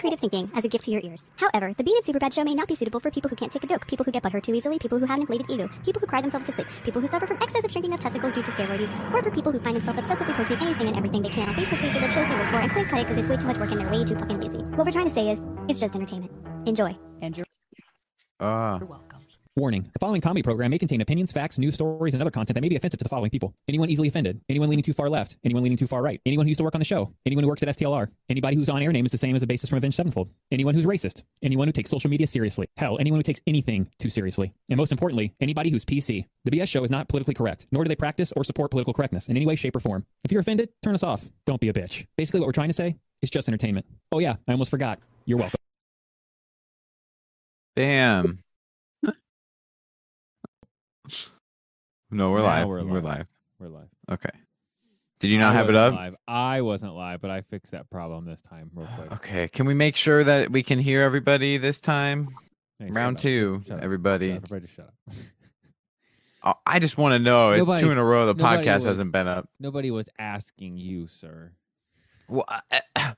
creative thinking as a gift to your ears. However, the Beaded Superbad show may not be suitable for people who can't take a joke, people who get butthurt too easily, people who have an inflated ego, people who cry themselves to sleep, people who suffer from excessive shrinking of testicles due to steroid use, or for people who find themselves obsessively posting anything and everything they can on Facebook pages of shows they work for and click cut it because it's way too much work and they're way too fucking lazy. What we're trying to say is, it's just entertainment. Enjoy. And you're Ah, welcome. Warning. The following comedy program may contain opinions, facts, news stories, and other content that may be offensive to the following people. Anyone easily offended. Anyone leaning too far left. Anyone leaning too far right. Anyone who used to work on the show. Anyone who works at STLR. Anybody whose on-air name is the same as a bassist from Avenged Sevenfold. Anyone who's racist. Anyone who takes social media seriously. Hell, anyone who takes anything too seriously. And most importantly, anybody who's PC. The BS show is not politically correct, nor do they practice or support political correctness in any way, shape, or form. If you're offended, turn us off. Don't be a bitch. Basically, what we're trying to say is just entertainment. Oh yeah, I almost forgot. You're welcome. damn. no, we're Now live. we're We're, live. live. We're live. Okay. Did you I not have it wasn't up? Live. I wasn't live, but I fixed that problem this time real quick. Okay. Can we make sure that we can hear everybody this time? Hey, shut Round up. Just two, shut up. everybody. Shut up. Everybody just shut up. I- I just want to know. It's Nobody- two in a row. The nobody podcast was- hasn't been up. Nobody was asking you, sir. Well, I-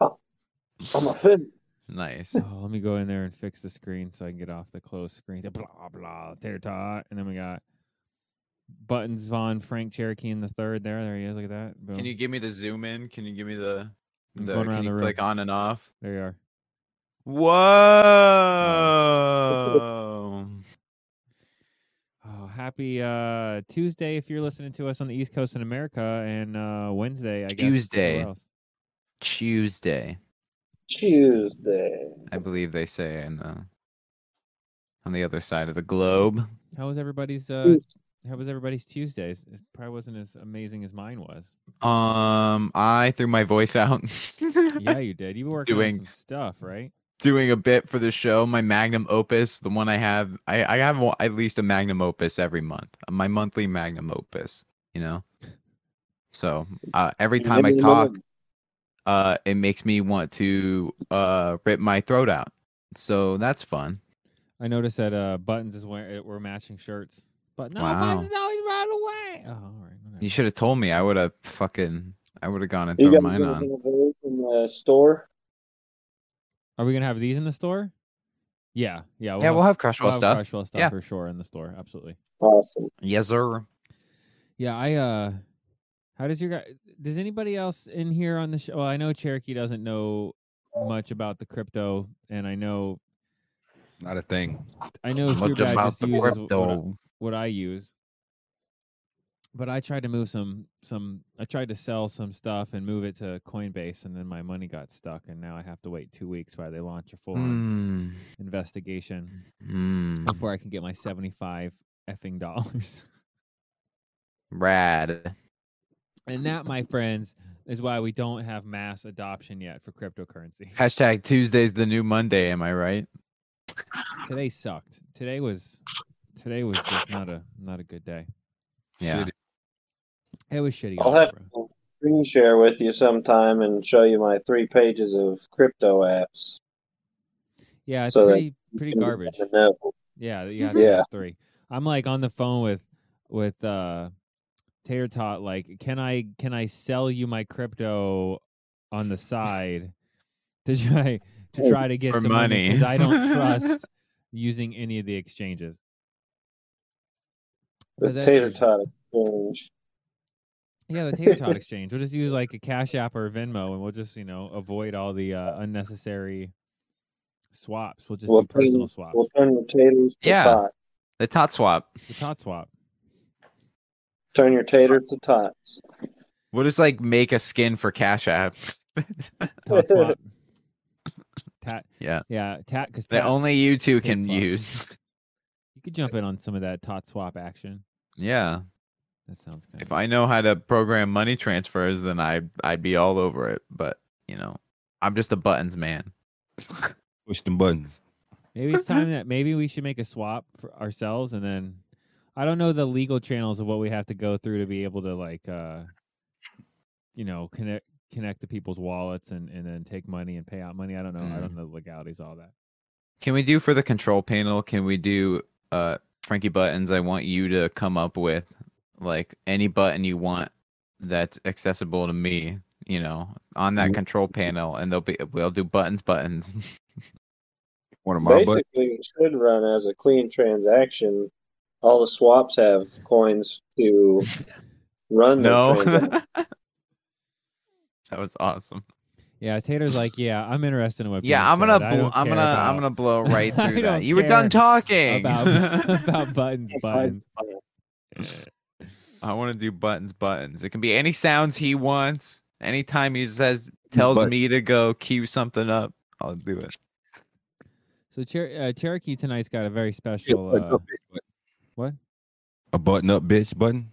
I'm offended. nice. Oh, let me go in there and fix the screen so I can get off the closed screen. Blah blah tater tot. And then we got Buttons Von Frank Cherokee in the third there. There he is. Look at that. Boom. Can you give me the zoom in? Can you give me the? I'm the going can around you the room. click on and off? There you are. Whoa. Oh, happy uh, Tuesday if you're listening to us on the East Coast in America, and uh, Wednesday I guess somewhere Tuesday. else. Tuesday, Tuesday. I believe they say in the on the other side of the globe. How was everybody's uh, Tues- How was everybody's Tuesdays? It probably wasn't as amazing as mine was. Um, I threw my voice out Yeah, you did. You were working Doing- on some stuff, right? doing a bit for the show. My magnum opus, the one I have, I I have one- at least a magnum opus every month. My monthly magnum opus, you know. So uh, every You time I never know. talk, uh, it makes me want to uh rip my throat out. So that's fun. I noticed that uh, Buttons is wearing it, we're matching shirts. But no, Wow. Buttons no, he's right away. Oh, all right. whatever. You should have told me. I would have fucking. I would have gone and You thrown guys mine gonna on. get a vote in the store? Are we gonna have these in the store? Yeah, yeah. Yeah, we'll have Crushwell we'll have stuff. Crushwell stuff Yeah. for sure in the store. Absolutely. Awesome. Yes, sir. Yeah, I uh how does your guy does anybody else in here on the show well, I know Cherokee doesn't know much about the crypto and I know Not a thing. I know Much Superbad about just the uses what- what, crypto. what I use. But I tried to move some some I tried to sell some stuff and move it to Coinbase and then my money got stuck and now I have to wait 2 weeks while they launch a full Mm, investigation Mm-hmm. mm, before I can get my 75 effing dollars. rad. and that my friends is why we don't have mass adoption yet for cryptocurrency. Hashtag Tuesday's the new Monday. Am I right? today sucked. Today was today was just not a not a good day. Yeah. Shitty. It was shitty. I'll all have over. to screen share with you sometime and show you my three pages of crypto apps. yeah, it's so that pretty pretty garbage. You know. Yeah, you have to Yeah. have three. I'm like on the phone with with uh Tater Tot like, can I can I sell you my crypto on the side to try to try to get For some money because money. I don't trust using any of the exchanges. The that's tater just- tot exchange. Yeah, the tater tot exchange. We'll just use like a Cash App or a Venmo, and we'll just you know avoid all the uh, unnecessary swaps. We'll just We'll do personal turn- swaps. We'll turn your taters to Yeah. tot. The tot swap. the tot swap. Turn your taters to tots. We'll just like make a skin for Cash App. Tot swap. Tat. Yeah. Yeah. Tat. Because that only you two tat can swap. use. you could jump in on some of that tot swap action. Yeah. That sounds kind If of. I know how to program money transfers, then I I'd be all over it. But you know, I'm just a buttons man. Push them buttons. Maybe it's time that maybe we should make a swap for ourselves, and then I don't know the legal channels of what we have to go through to be able to like, uh you know, connect connect to people's wallets and and then take money and pay out money. I don't know. I Mm. don't know the legalities of all that. Can we do for the control panel? Can we do uh Frankie buttons? I want you to come up with like any button you want that's accessible to me you know, on that Mhm. control panel, and they'll be we'll do buttons, buttons. One of my Basically, it should run as a clean transaction. All the swaps have coins to run. the no, transaction. that was awesome. Yeah, Tater's like, yeah, I'm interested in what. Yeah, people I'm gonna, said. I bl- don't I'm care gonna, I'm gonna about- blow right I through don't that. You were care done talking. about about buttons, buttons. I want to do buttons, buttons. It can be any sounds he wants. Anytime he says, tells But- me to go cue something up, I'll do it. So Cher- uh, Cherokee tonight's got a very special. button Uh, up, bitch, button. what? A button up bitch button.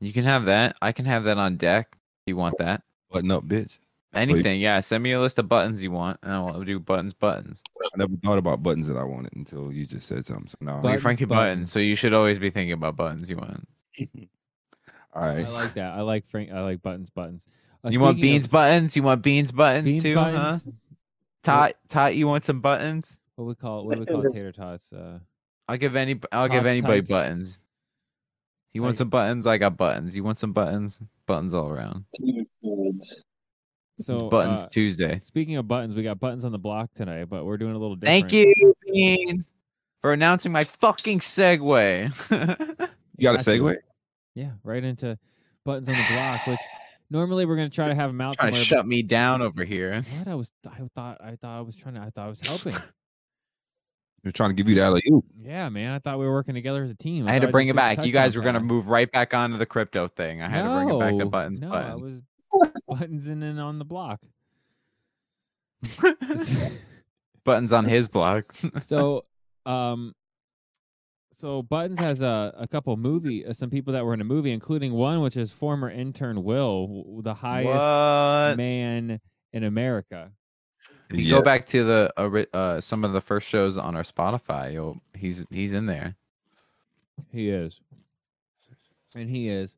You can have that. I can have that on deck. If you want that? Button up bitch. Anything? Yeah. Send me a list of buttons you want, and I'll do buttons, buttons. I never thought about buttons that I wanted until you just said something. So now You're But- Buttons, Frankie Button, so buttons. you should always be thinking about buttons you want. all right. I like that. I like Frank. I like buttons, buttons. Uh, you want speaking beans, of buttons? You want beans, buttons beans too? buttons, Huh? Tot, tot. You want some buttons? What we call what we call tater tots. Uh, I'll give any. I'll give Tots, anybody tights. buttons. You want Tight. some buttons? I got buttons. You want some buttons? Buttons all around. Two coins. so buttons uh, Tuesday. Speaking of buttons, we got buttons on the block tonight, but we're doing a little different. Thank you, Bean, for announcing my fucking segue. You got a Gotcha. segue? Yeah, right into buttons on the block, which normally we're gonna try to have them out Trying to somewhere. shut me down over here. but What I was, I thought, I thought I was trying to, I thought I was helping. They're trying to give you the alley oop. yeah, man, I thought we were working together as a team. I had thought to bring just threw it the back. You touchdown guys were gonna pass. move right back onto the crypto thing. I had to bring it back to No, buttons No, I button. was buttons in and on the block. buttons on his block. so um so buttons has a, a couple movie uh, some people that were in a movie including one which is former intern will w- the highest what? man in america If you go back to the ori- uh, some of the first shows on our Spotify, you'll, he's he's in there. he is and he is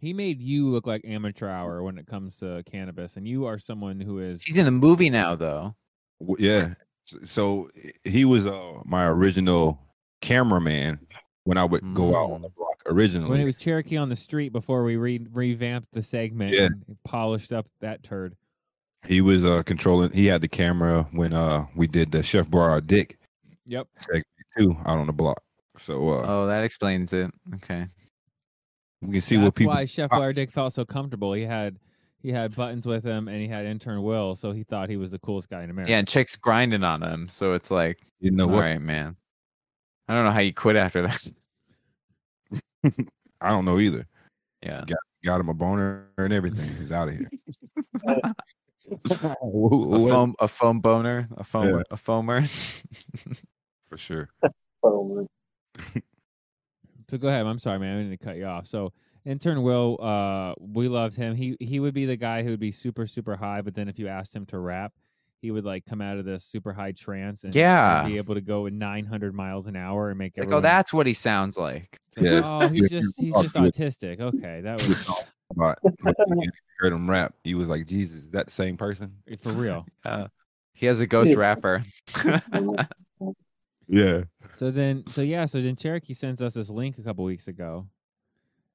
he made you look like amateur hour when it comes to cannabis and you are someone who is He's in a movie now, though. W- Yeah. S- So h- he was uh, my original cameraman when I would go out Mm. on the block originally. when it was cherokee on the street before we re- revamped the segment Yeah. and polished up that turd he was uh, controlling. He had the camera when uh, we did the Chef Bar Dick yep too out on the block. So uh, Oh, that explains it. Okay. we can see That's what people. why Chef Ah. Wire Dick felt so comfortable. He had he had buttons with him, and he had intern Will, so he thought he was the coolest guy in America. Yeah, and chicks grinding on him, so it's like, You know all what? right, man. I don't know how you quit after that. I don't know either. Yeah. Got him a boner and everything. He's out of here. A foam, a foam boner, a foam, Yeah. a foamer. for sure. Oh, So go ahead. I'm sorry, man. I didn't mean to cut you off. So intern Will, uh, we loved him. He he would be the guy who would be super super high, but then if you asked him to rap, he would like come out of this super high trance and and Yeah. be able to go at 900 miles an hour and make It's like, oh, everyone- that's what he sounds like. it's like, Yeah. oh he's Yeah, just you he's talk just to it. autistic. Okay, that We was talked about when we heard him rap. He was like, Jesus, is that the same person? for real. Uh, he has a ghost Yes. rapper. Yeah. So then, so yeah, so then Cherokee sends us this link a couple weeks ago,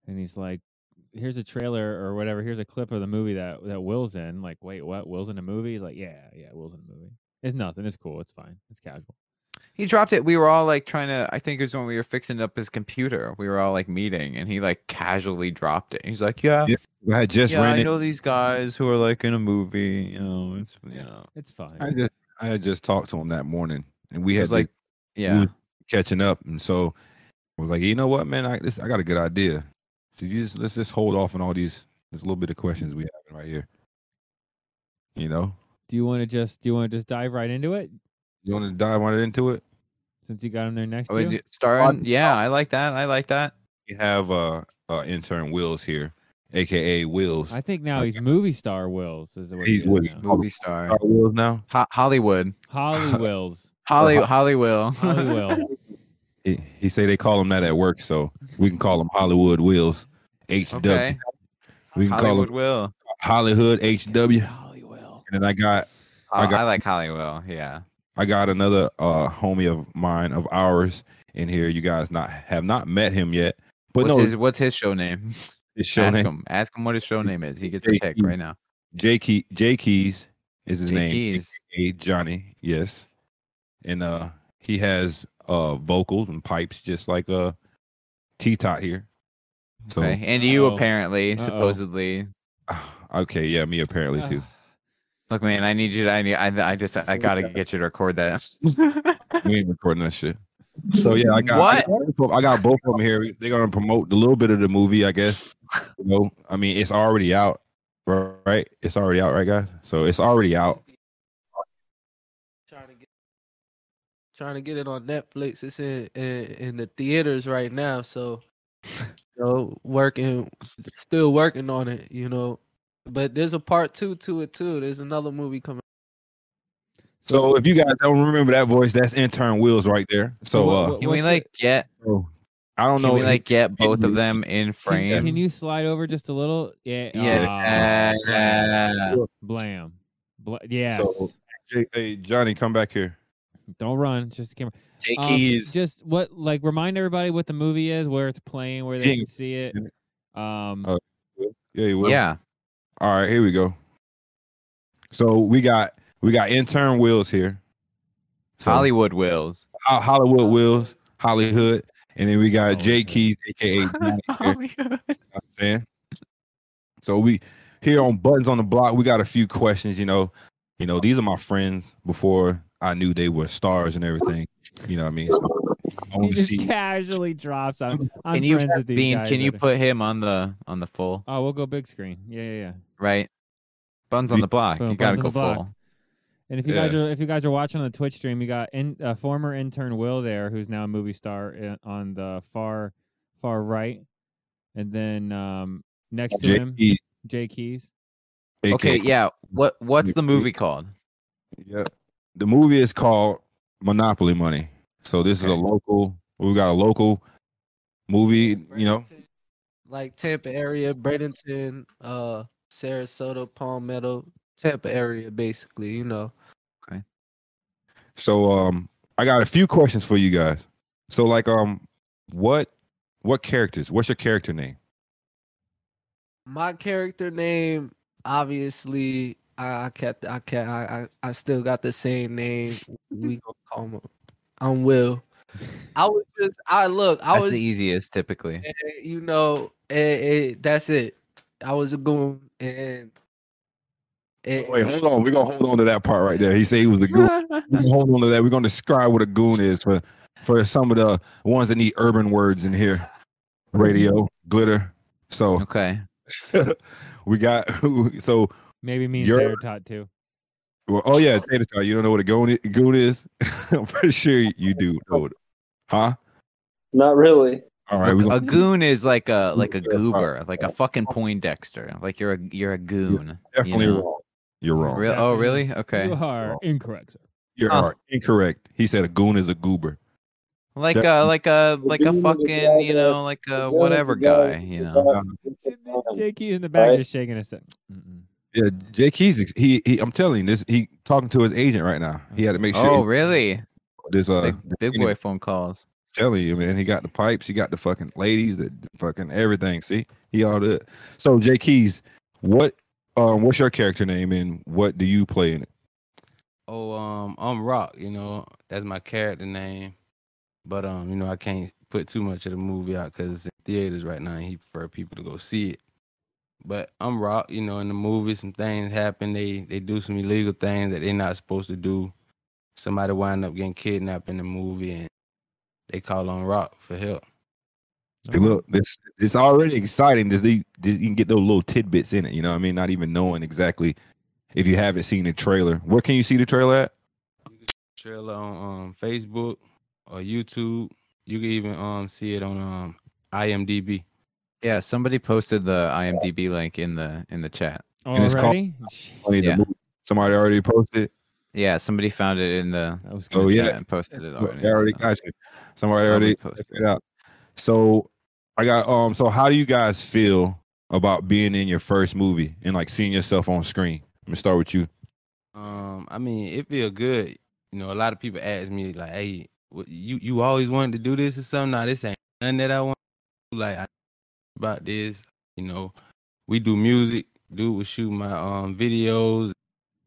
and he's like, "Here's a trailer or whatever. Here's a clip of the movie that that Will's in." Like, wait, what? Will's in a movie? He's like, "Yeah, yeah, Will's in a movie. It's nothing. It's cool. It's fine. It's casual." he dropped it. We were all like trying to. I think it was when we were fixing up his computer. We were all like meeting, and he like casually dropped it. He's like, "Yeah, Yeah, I just yeah, I ran it. know these guys who are like in a movie. You know, it's you know." It's fine. I just I had just talked to him that morning and we He had was like like, "Yeah, catching up. And so I was like, you know what, man, I this I got a good idea. So you just let's just hold off on all these this little bit of questions we have right here. You know? do you want to just do you want to just dive right into it You wanna dive right into it? since you got him there next I to would you? do- starring. Yeah, I like that. I like that. We have uh uh intern Wills here, aka Wills. I think now I he's movie star Wills is what he He's is Willie. now. Oh, Movie star, Are Wills now. Ho- Hollywood, Holly Wills. Holly, Hollywill, Holly Will. He, he say they call him that at work, so we can call him Hollywood Wills. HW. okay, We can Hollywood call him Will. Hollywood HW. Holly Will. And then I got I, I got- I like Hollywill. Yeah, I got another uh homie of mine of ours in here. You guys not have not met him yet, but what's no, his what's his show name? his show ask name- him. Ask him what his show name is. He gets a pick JT. right now. J Key J Keys is his Jay name. Keys. aka Johnny, yes. And uh he has uh vocals and pipes just like uh T Tot here. So Okay. And you Uh-oh. apparently, Uh-oh. supposedly. okay, yeah, me apparently Uh. too. Look, man, I need you to I need I, I just I gotta get you to record that. uh, we ain't recording that shit. So yeah, I got I got, I got both of them here. They're gonna promote a little bit of the movie, I guess. You know, I mean, it's already out, r- right? It's already out, right, guys? So it's already out. trying to get trying to get it on Netflix. It's in in, in the theaters right now, so you know, working still working on it, you know. But there's a part two to it too. There's another movie coming. So if you guys don't remember that voice, that's intern Wills right there. So what- uh, what- Can we what's like it- get so I don't can know. we like get both of you- them in Can, frame? can you slide over just a little? Yeah. yeah. aw, yeah. Blam. Bla- yes. hey Johnny, come back here. Don't run. It's Just the camera. Jay Um, Keys. Just what? Like remind everybody what the movie is, where it's playing, where they Ding. can see it. Um. Uh, Yeah, you will. yeah. All right, here we go. So we got we got intern Wills here. So- Hollywood Wills. Ho- Hollywood Wills, Hollywood, and then we got Jay Hollywood. Keys, aka Johnny here. man. So we here on Buttons on the Block, we got a few questions, you know. You know, these are my friends before I knew they were stars and everything. You know what I mean? So, I Oh, He wanna just see- casually drops. I'm, I'm Can you friends have with these Bean? guys Can you that are- put him on the on the full Oh, we'll go big screen. Yeah, yeah, yeah. right? Buns on Be- the block. Boom, you gotta go buns on the full. block. And if you guys Yes. are if you guys are watching on the Twitch stream, you got in, uh, former intern Will there, who's now a movie star in, on the far far right, and then um, next to Jay him, Keys, Jay Keys. aka Okay, yeah. What what's the Be- movie called? Yeah. The movie is called Monopoly Money. So this is a Okay. local. We got a local movie. You know, Bradenton, like Tampa area, Bradenton, uh, Sarasota, Palmetto, Tampa area, basically. You know, so um, I got a few questions for you guys. So like um, what what characters? What's your character name? my character name obviously. I I kept, I kept, I, I, I still got the same name. We gonna call him. I'm Will. I was just, I look, I That's was the easiest typically. and, you know, and, and that's it. I was a goon, and, and Wait, hold on. We're gonna hold on to that part right there. He said he was a goon. We're gonna hold on to that. We're gonna describe what a goon is for for some of the ones that need urban words in here. Radio, glitter. So okay. we got so Maybe me and You're- Taylor Tot too. Well, oh yeah, Tater Tot. You don't know what a goon i- goon is? I'm pretty sure you do. Know what- huh? Not really. All right. a, we a gonna- goon is like a like a Yeah, sorry. goober, like a fucking Poindexter. Like you're a you're a goon. definitely you know. wrong. You're wrong. Real- oh really? Okay. You are incorrect, sir. You're Huh. are incorrect. He said a goon is a goober. Like Definitely. a like a like a goon is a fucking guy you that- know like a Well, whatever the guy- guy you the know. guy- Jay Keys in the back Um, Right. just shaking his head. Mm-mm. Yeah, Jay Keys. ex- He, he I'm telling you, this. He talking to his agent right now. He had to make sure. Oh really? This uh, Big, big you boy know- phone calls. telling you, man. He got the pipes. He got the fucking ladies. The fucking everything. See, he all good. So Jay Keys, what um, what's your character name and what do you play in it? Oh, um, I'm Rock. You know, that's my character name. But um, you know, I can't put too much of the movie out because it's in theaters right now, and he prefer people to go see it. But I'm Rock. You know, in the movie, some things happen. They they do some illegal things that they're not supposed to do. Somebody wind up getting kidnapped in the movie, and they call on Rock for help. Hey, look, this it's already exciting. Just these, these- you can get those little tidbits in it. You know what I mean? Not even knowing exactly if you haven't seen the trailer. Where can you see the trailer at? Trailer on um, Facebook or YouTube. You can even um see it on um IMDb. Yeah, somebody posted the IMDb link in the in the chat. it's called- Oh, Already? I need Jeez, the Yeah. movie. Somebody already posted. Yeah, somebody found it in the that was Oh, good. yeah. chat and posted it already. They already so- got you. Somebody Somebody already posted checked it out. So I got um. So how do you guys feel about being in your first movie and like seeing yourself on screen? Let me start with you. Um, I mean, it feel good. You know, a lot of people ask me like, "Hey, what, you you always wanted to do this or something?" Nah, this ain't nothing that I want. to do. Like I, about this, you know, we do music. Dude was shooting my um videos.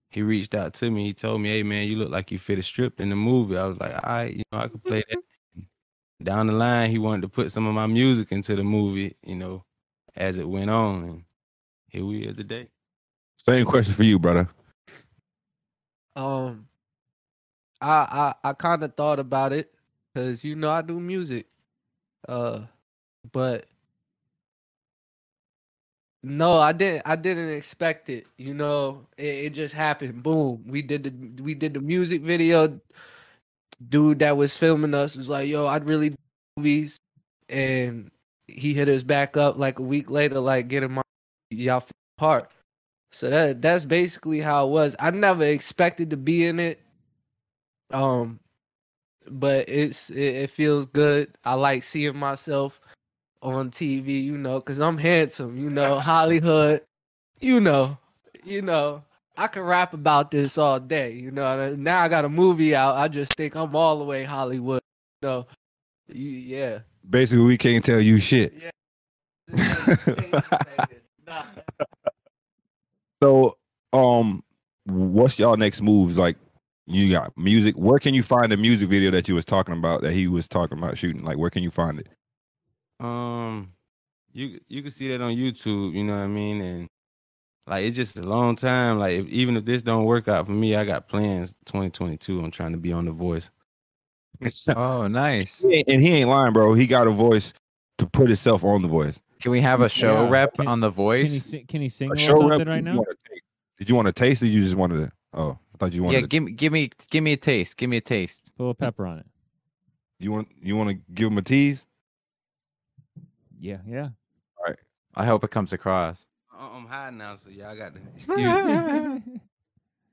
He reached out to me. He told me, "Hey man, you look like you fit a strip in the movie." I was like, "All right, you know, I could play that." Down the line, he wanted to put some of my music into the movie, you know, as it went on, and here we are today. Same question for you, brother. Um, I I I kind of thought about it because you know I do music, uh, but no, I didn't. I didn't expect it. You know, it, it just happened. Boom. We did the we did the music video. Dude that was filming us was like, "Yo, I'd really do movies," and he hit us back up like a week later, like getting my y'all f- part. So that that's basically how it was. I never expected to be in it. Um but it's it, it feels good. I like seeing myself on TV, you know, cuz I'm handsome, you know, Hollywood, you know, you know. I can rap about this all day, you know. and, uh, Now I got a movie out. I just think I'm all the way Hollywood, you know. You, yeah. Basically, we can't tell you shit. So, um, what's y'all next moves? Like, you got music. Where can you find the music video that you was talking about that he was talking about shooting? Like, where can you find it? Um, you you can see that on YouTube. You know what I mean? And like it's just a long time. Like if, even if this don't work out for me, I got plans. 2022. I'm trying to be on The Voice. Oh, nice. He ain't- And he ain't lying, bro. He got a voice to put himself on the voice. Can we have a show Yeah. rep Can- on the Can he voice? sing, can he sing A a show little rep, something right did you now? wanna taste- Did you want to taste it? You just wanted to. Oh, I thought you wanted. Yeah, to, give me, give me, give me a taste. Give me a taste. Put a little pepper on it. you want you want to give him a tease. Yeah, yeah. I hope it comes across. I- I'm high now, so yeah, I got to excuse.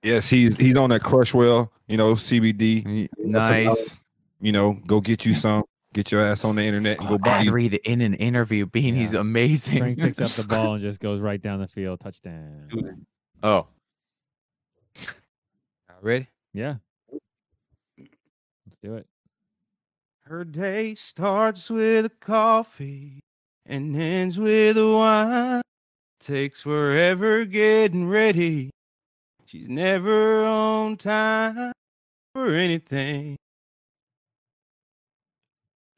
Yes, he's he's on that Crushwell, you know, CBD. Y- Nice. You know, go get you some. Get your ass on the internet and Oh, go buy ad you. read in an interview. Beanie's Yeah. amazing. Frank picks up the ball and just goes right down the field, touchdown. Oh. Y'all Ready? Yeah. Let's do it. Her day starts with a coffee and ends with a wine. Takes forever getting ready. She's never on time for anything.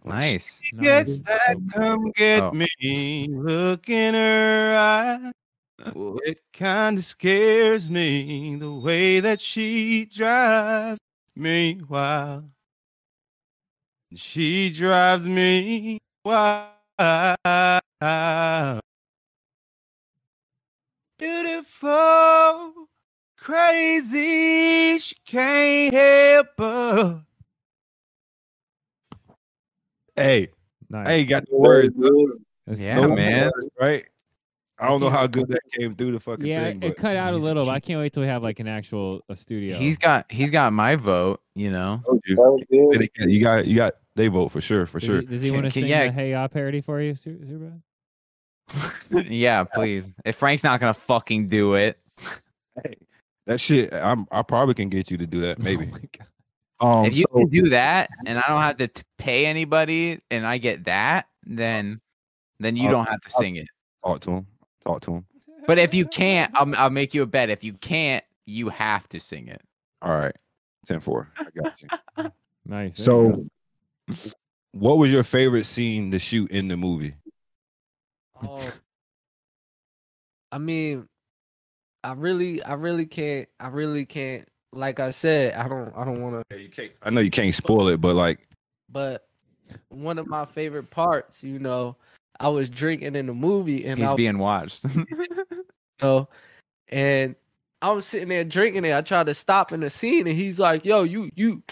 When she Nice. Nice. Gets that Dope. come get Oh. me look in her eye. Well, it kind of scares me the way that she drives me wild. She drives me wild. Beautiful, crazy, she can't help her. Hey, Nice. hey, got the words, That's- Yeah, No man. words, right? I don't know how good that came through the fucking Yeah, thing, it but cut out a he's- little, but he- I can't wait till we have like an actual a studio. He's got he's got my vote, you know. told you. That was good. They got- you got you got they vote for sure, for does sure. He, does he Can- want to can- sing yeah. the Hey Ya parody for you, Su- Zubad? yeah, please. If Frank's not gonna fucking do it. That shit, I'm I probably can get you to do that, maybe. Oh my God. Um, if you so- can do that and I don't have to t- pay anybody and I get that, then then you I'll- don't have to I'll- sing it. talk to him, talk to him. But if you can't, I'll, I'll make you a bet. If you can't, you have to sing it. All right, 10 4. I got you. Nice. there you go. so, what was your favorite scene to shoot in the movie? Oh, I mean, I really, I really can't, I really can't. Like I said, I don't, I don't want to. you can't, I know you can't spoil it, but like, But one of my favorite parts, you know, I was drinking in the movie, and He's I, being watched. you know, and I was sitting there drinking it. I tried to stop in the scene, and he's like, "Yo, you, you,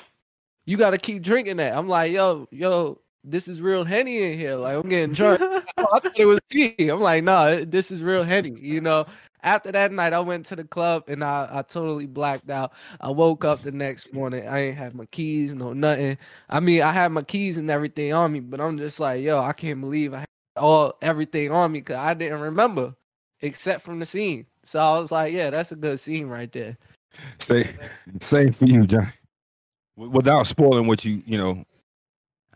you got to keep drinking that." I'm like, "Yo, yo." This is real henny in here. Like I'm getting drunk. Oh, I thought it was tea. I'm like, no, nah, this is real heady. You know, after that night, I went to the club and I, I totally blacked out. I woke up the next morning. I ain't have my keys, no nothing. I mean, I had my keys and everything on me, but I'm just like, yo, I can't believe I had all everything on me because I didn't remember except from the scene. So I was like, yeah, that's a good scene right there. say, same for you, John. W- Without spoiling what you, you know,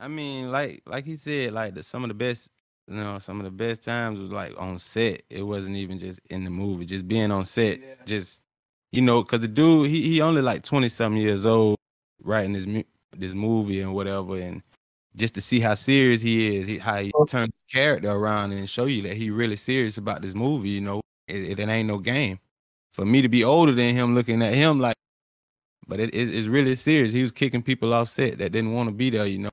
I mean, like like he said, like the, some of the best you know, some of the best times was like on set. It wasn't even just in the movie, just being on set, Yeah. just you know, cause the dude he he only like twenty something years old writing this mu- this movie and whatever, and just to see how serious he is, he, how he turned his character around and show you that he really serious about this movie. You know, it, it, ain't no game. For me to be older than him, looking at him like, but it, it- it's really serious. He was kicking people off set that didn't want to be there. You know,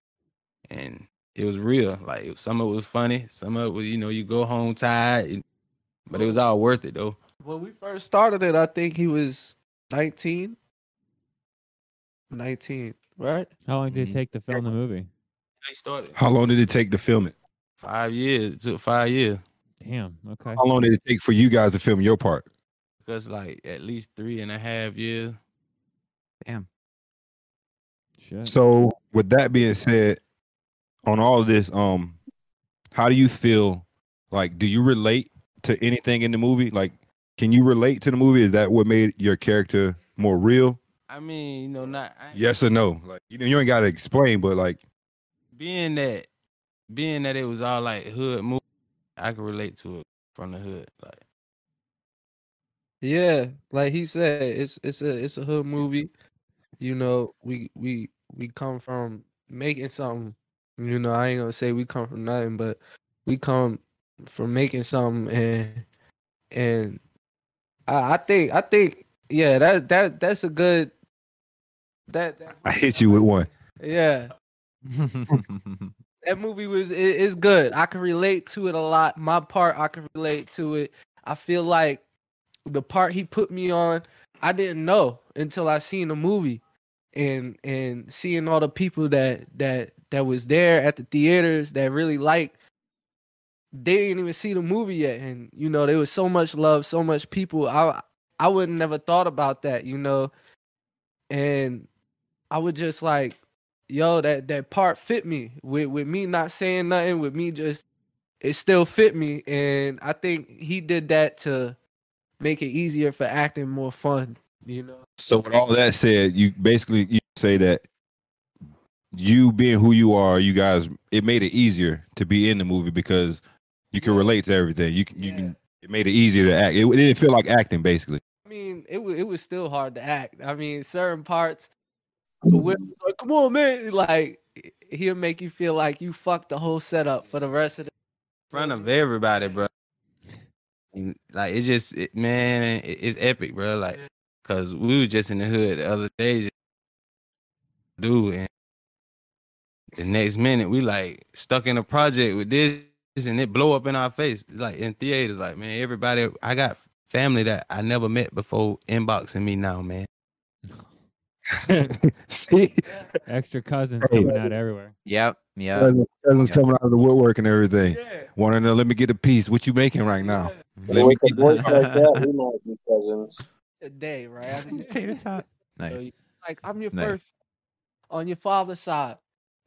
and it was real. Like some of it was funny, some of it was you know you go home tired, and- but it was all worth it though. When we first started it, I think he was 19. 19, right? How long did it Mhm. take to film the movie? They started How long did it take to film it? five years. It took five years Damn. Okay. How long did it take for you guys to film your part? because like at least three and a half years. Shit. So, with that being said, on all of this, um, how do you feel? Like, do you relate to anything in the movie? Like, can you relate to the movie? Is that what made your character more real? I mean, you know, not I ain't- Yes or no? Like, you know, you ain't got to explain, but like, being that being that it was all like hood movie. I can relate to it from the hood. Like Yeah, like he said, it's it's a it's a hood movie. You know, we we we come from making something. You know, I ain't gonna say we come from nothing, but we come from making something, and and I, I think I think yeah, that that that's a good that, that I hit you with one. yeah. that movie was it, it's good. I can relate to it a lot. My part, I can relate to it. I feel like the part he put me on, I didn't know until I seen the movie, and and seeing all the people that that that was there at the theaters that really liked. They didn't even see the movie yet, and you know there was so much love, so much people. I I would never thought about that, you know, and I would just like yo, that that part fit me with with me not saying nothing, with me just it still fit me, and I think he did that to make it easier for acting, more fun. You know, So, with all that said, you basically you say that you being who you are, you guys, it made it easier to be in the movie because you can relate to everything. You can, you Yeah. can. It made it easier to act. It, it didn't feel like acting, basically. I mean, it was it was still hard to act. I mean, certain parts, the whip was like, come on, man, like he'll make you feel like you fucked the whole setup for the rest of the. in front of everybody, bro. And, Like it's just it, man, it, it's epic, bro. Like, Yeah. cause we was just in the hood the other day, just, dude, and the next minute we like stuck in a project with this, and it blow up in our face, like in theaters. Like, man, everybody, I got family that I never met before inboxing me now, man. See, Extra cousins Bro. coming out everywhere. yep. Yeah. cousins, cousins Yeah. coming out of the woodwork and everything. Yeah, Want to know? Let me get a piece. What you making right now? yeah. Let With me the voice like that, we might be cousins. A day, right? I mean, Nice. like I'm your Nice. first on your father's side.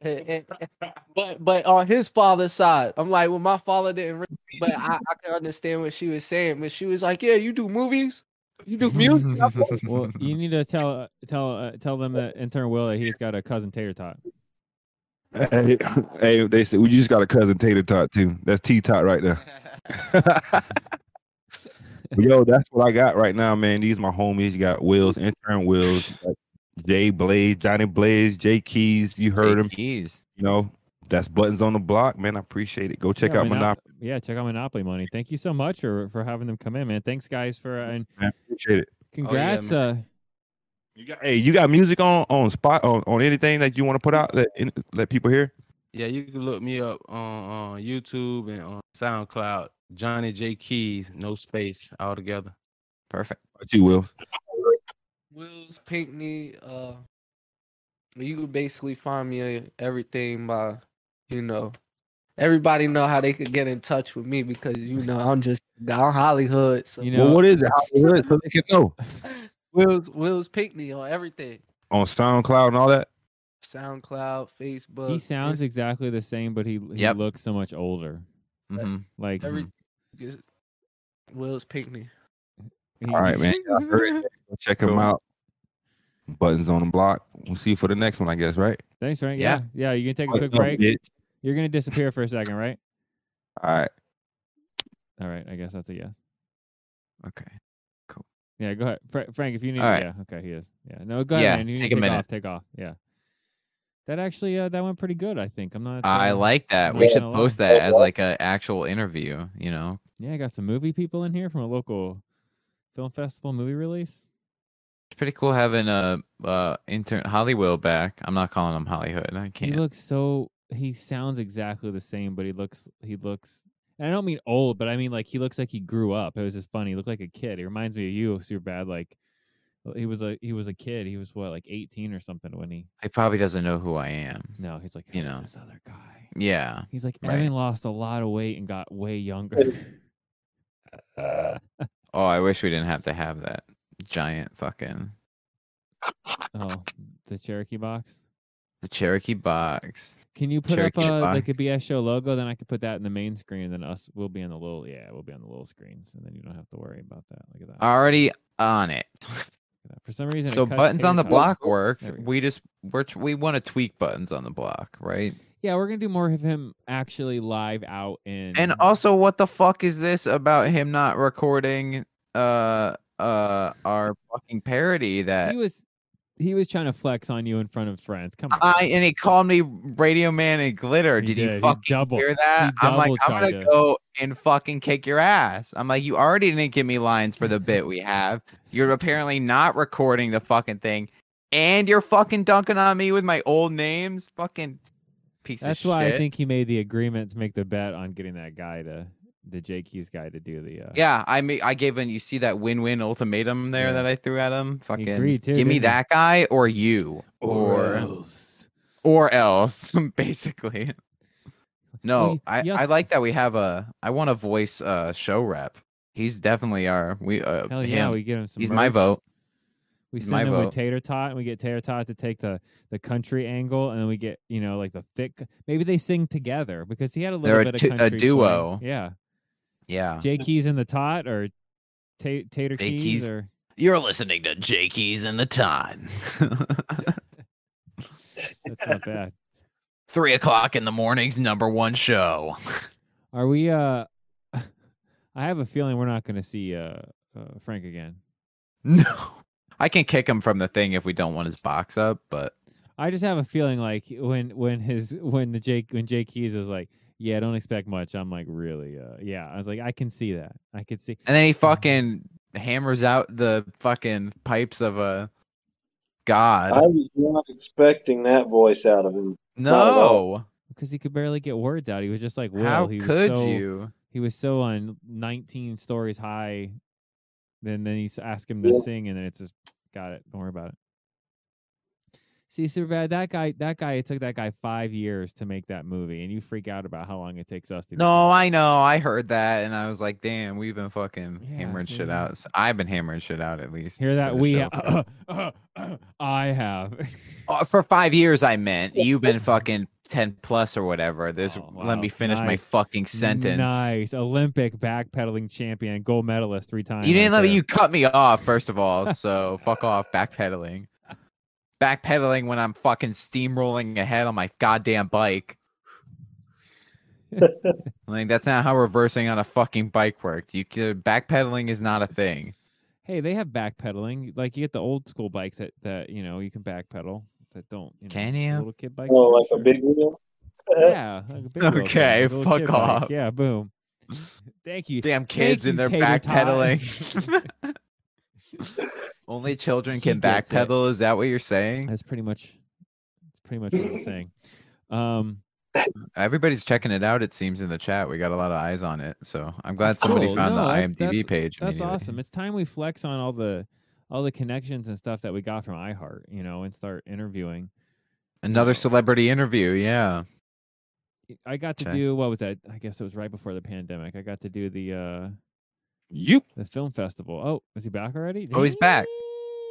And- and- and- but but on his father's side, I'm like, well, my father didn't. Really, but I, I can understand what she was saying. But she was like, yeah, you do movies, you do music. I'm like, Well, you need to tell tell uh, tell them that intern Will that he's got a cousin tater tot. Hey, hey, they said we just got a cousin Tater Tot too. That's T Tot right there. Yo, that's what I got right now, man. These my homies. You got Wills, intern Wills, you got Jay Blaze, Johnny Blaze, Jay Keys. You heard him. Jeez. You know, that's buttons on the block, man. I appreciate it. Go check Yeah, out Monop- Monopoly. Yeah, check out Monopoly Money. Thank you so much for for having them come in, man. Thanks guys for uh, Oh, and man. Appreciate it. congrats. uh, You got hey, you got music on on spot on, on anything that you want to put out that let people hear. Yeah, you can look me up on, on YouTube and on SoundCloud. Johnny J Keys, no space altogether. Perfect. But you will. Will's Pinkney. Uh, you could basically find me on everything by, you know, everybody know how they could get in touch with me because you know I'm just I'm Hollywood. So You you know- know, well, what is it? How is it? So they can know Will's Will's Pinkney on everything. on SoundCloud and all that. SoundCloud, Facebook. he sounds Insta- exactly the same, but he he Yep. looks so much older. hmm Like every. Mm-hmm. is- Will's Pinkney. he- All right, man. Y'all heard it. Go check them Cool. out. Buttons on the block. We'll see you for the next one, I guess. Right? Thanks, Frank. Yeah. Yeah. yeah, You can take a What's quick up, break. bitch? You're gonna disappear for a second, right? All right. All right, I guess that's a yes. Okay. Yeah, go ahead, Fra- Frank. If you need, All right. yeah, okay, he is. Yeah, no, go ahead, Yeah, man. You need take to a take minute. off. Take off. Yeah, that actually uh, that went pretty good. I think I'm not. I uh, like that. I'm We not should gonna lie. post that as like a actual interview, you know? Yeah, I got some movie people in here from a local film festival movie release. It's pretty cool having a uh intern Hollywood back. I'm not calling him Hollywood. I He can't. looks so. He sounds exactly the same, but he looks. He looks. And I don't mean old, but I mean like he looks like he grew up. It was just funny. He looked like a kid. He reminds me of you, super bad. Like he was a he was a kid. He was what like 18 or something when he. he probably doesn't know who I am. No, he's like You "Who's know. this other guy. Yeah. He's like, Right. Evan lost a lot of weight and got way younger. Oh, I wish we didn't have to have that giant fucking oh, the Cherokee box. the Cherokee box. Can you put Cherokee up uh, like a box. BS show logo? Then I could put that in the main screen, and then us we'll be on the little yeah, we'll be on the little screens, and then you don't have to worry about that. Look at that. Already on it. Look at that. For some reason, it So cuts buttons to on your the top. block works. There we go. We just we're tr- we want to tweak buttons on the block, right? Yeah, we're gonna do more of him actually live out in. And also, what the fuck is this about him not recording uh uh our fucking parody that he was he was trying to flex on you in front of friends. Come on, I and he called me Radio Man and Glitter. He Did, did. he He fucking double- hear that? I'm like, double I'm tried gonna to- go and fucking kick your ass. I'm like, you already didn't give me lines for the bit we have. You're apparently not recording the fucking thing, and you're fucking dunking on me with my old names. Fucking piece That's of why shit. I think he made the agreement to make the bet on getting that guy to the Jake Keys guy to do the. Uh, Yeah, I mean, I gave him. You see that win-win ultimatum there Yeah. that I threw at him. Fucking agreed too, give me didn't he? that guy or you or else. or else, basically. No, y- I, I yes. like that we have a. I want to voice uh show rep. He's definitely our we. Uh, Hell yeah, him. we get him some. He's my merch. vote. We He's send my him vote. with tater tot, and we get tater tot to take the the country angle, and then we get you know like the thick. Maybe they sing together because he had a little They're a bit tu- a of country. twang. duo. Yeah, yeah. Jay Keys and the tot, or ta- tater Jay keys, Keys. or You're listening to Jakey's in the Ton. that's not bad. Three o'clock in the morning's number one show. Are we? uh I have a feeling we're not going to see uh, uh Frank again. No, I can kick him from the thing if we don't want his box up, but I just have a feeling like when when his when the Jake when Jake Keys was like, yeah, don't expect much. I'm like, really? Uh, yeah, I was like, I can see that. I could see. And then he fucking hammers out the fucking pipes of a god. I was not expecting that voice out of him. not at no. because he could barely get words out. He was just like, "Will." How he was could so, you? He was so on 19 stories high. Then then he's asked him to Yeah. sing, and then it's just got it. Don't worry about it. See, super bad. That guy, that guy. It took that guy five years to make that movie, and you freak out about how long it takes us to. No, I know. I heard that and I was like, damn, we've been fucking Yeah, hammering shit see? out. S- I've been hammering shit out at least. hear for that the we. uh, show for- I have. Oh, for five years I meant. You've been fucking ten plus or whatever. This Oh, let wow, me finish my nice. fucking sentence. Nice Olympic backpedaling champion, gold medalist three times. Uh, You didn't right let me. there. You cut me off first of all. So fuck off. Backpedaling. Backpedaling when I'm fucking steamrolling ahead on my goddamn bike. like that's not how reversing on a fucking bike worked. You c- backpedaling is not a thing. Hey, they have backpedaling. Like you get the old school bikes that, that you know you can backpedal that don't. You know, Can you? Little kid bikes. Oh, I'm like a pretty big wheel. sure. Yeah, like a big wheel thing, Okay, like a little fuck kid bike. off. Yeah, boom. Thank you. Damn Thank kids you, in their tater tot. backpedaling. Only children He can gets it. backpedal. Is that what you're saying? That's pretty much. That's pretty much what I'm saying. Um, Everybody's checking it out. It seems in the chat. We got a lot of eyes on it. So I'm glad That's somebody cool. found No, the that's- IMDb that's- page. that's immediately. awesome. It's time we flex on all the all the connections and stuff that we got from iHeart, you know, and start interviewing. Another No. celebrity interview, yeah. I got to Okay. do what was that? I guess it was right before the pandemic. I got to do the uh You the film festival. Oh, is he back already? Oh, he's back.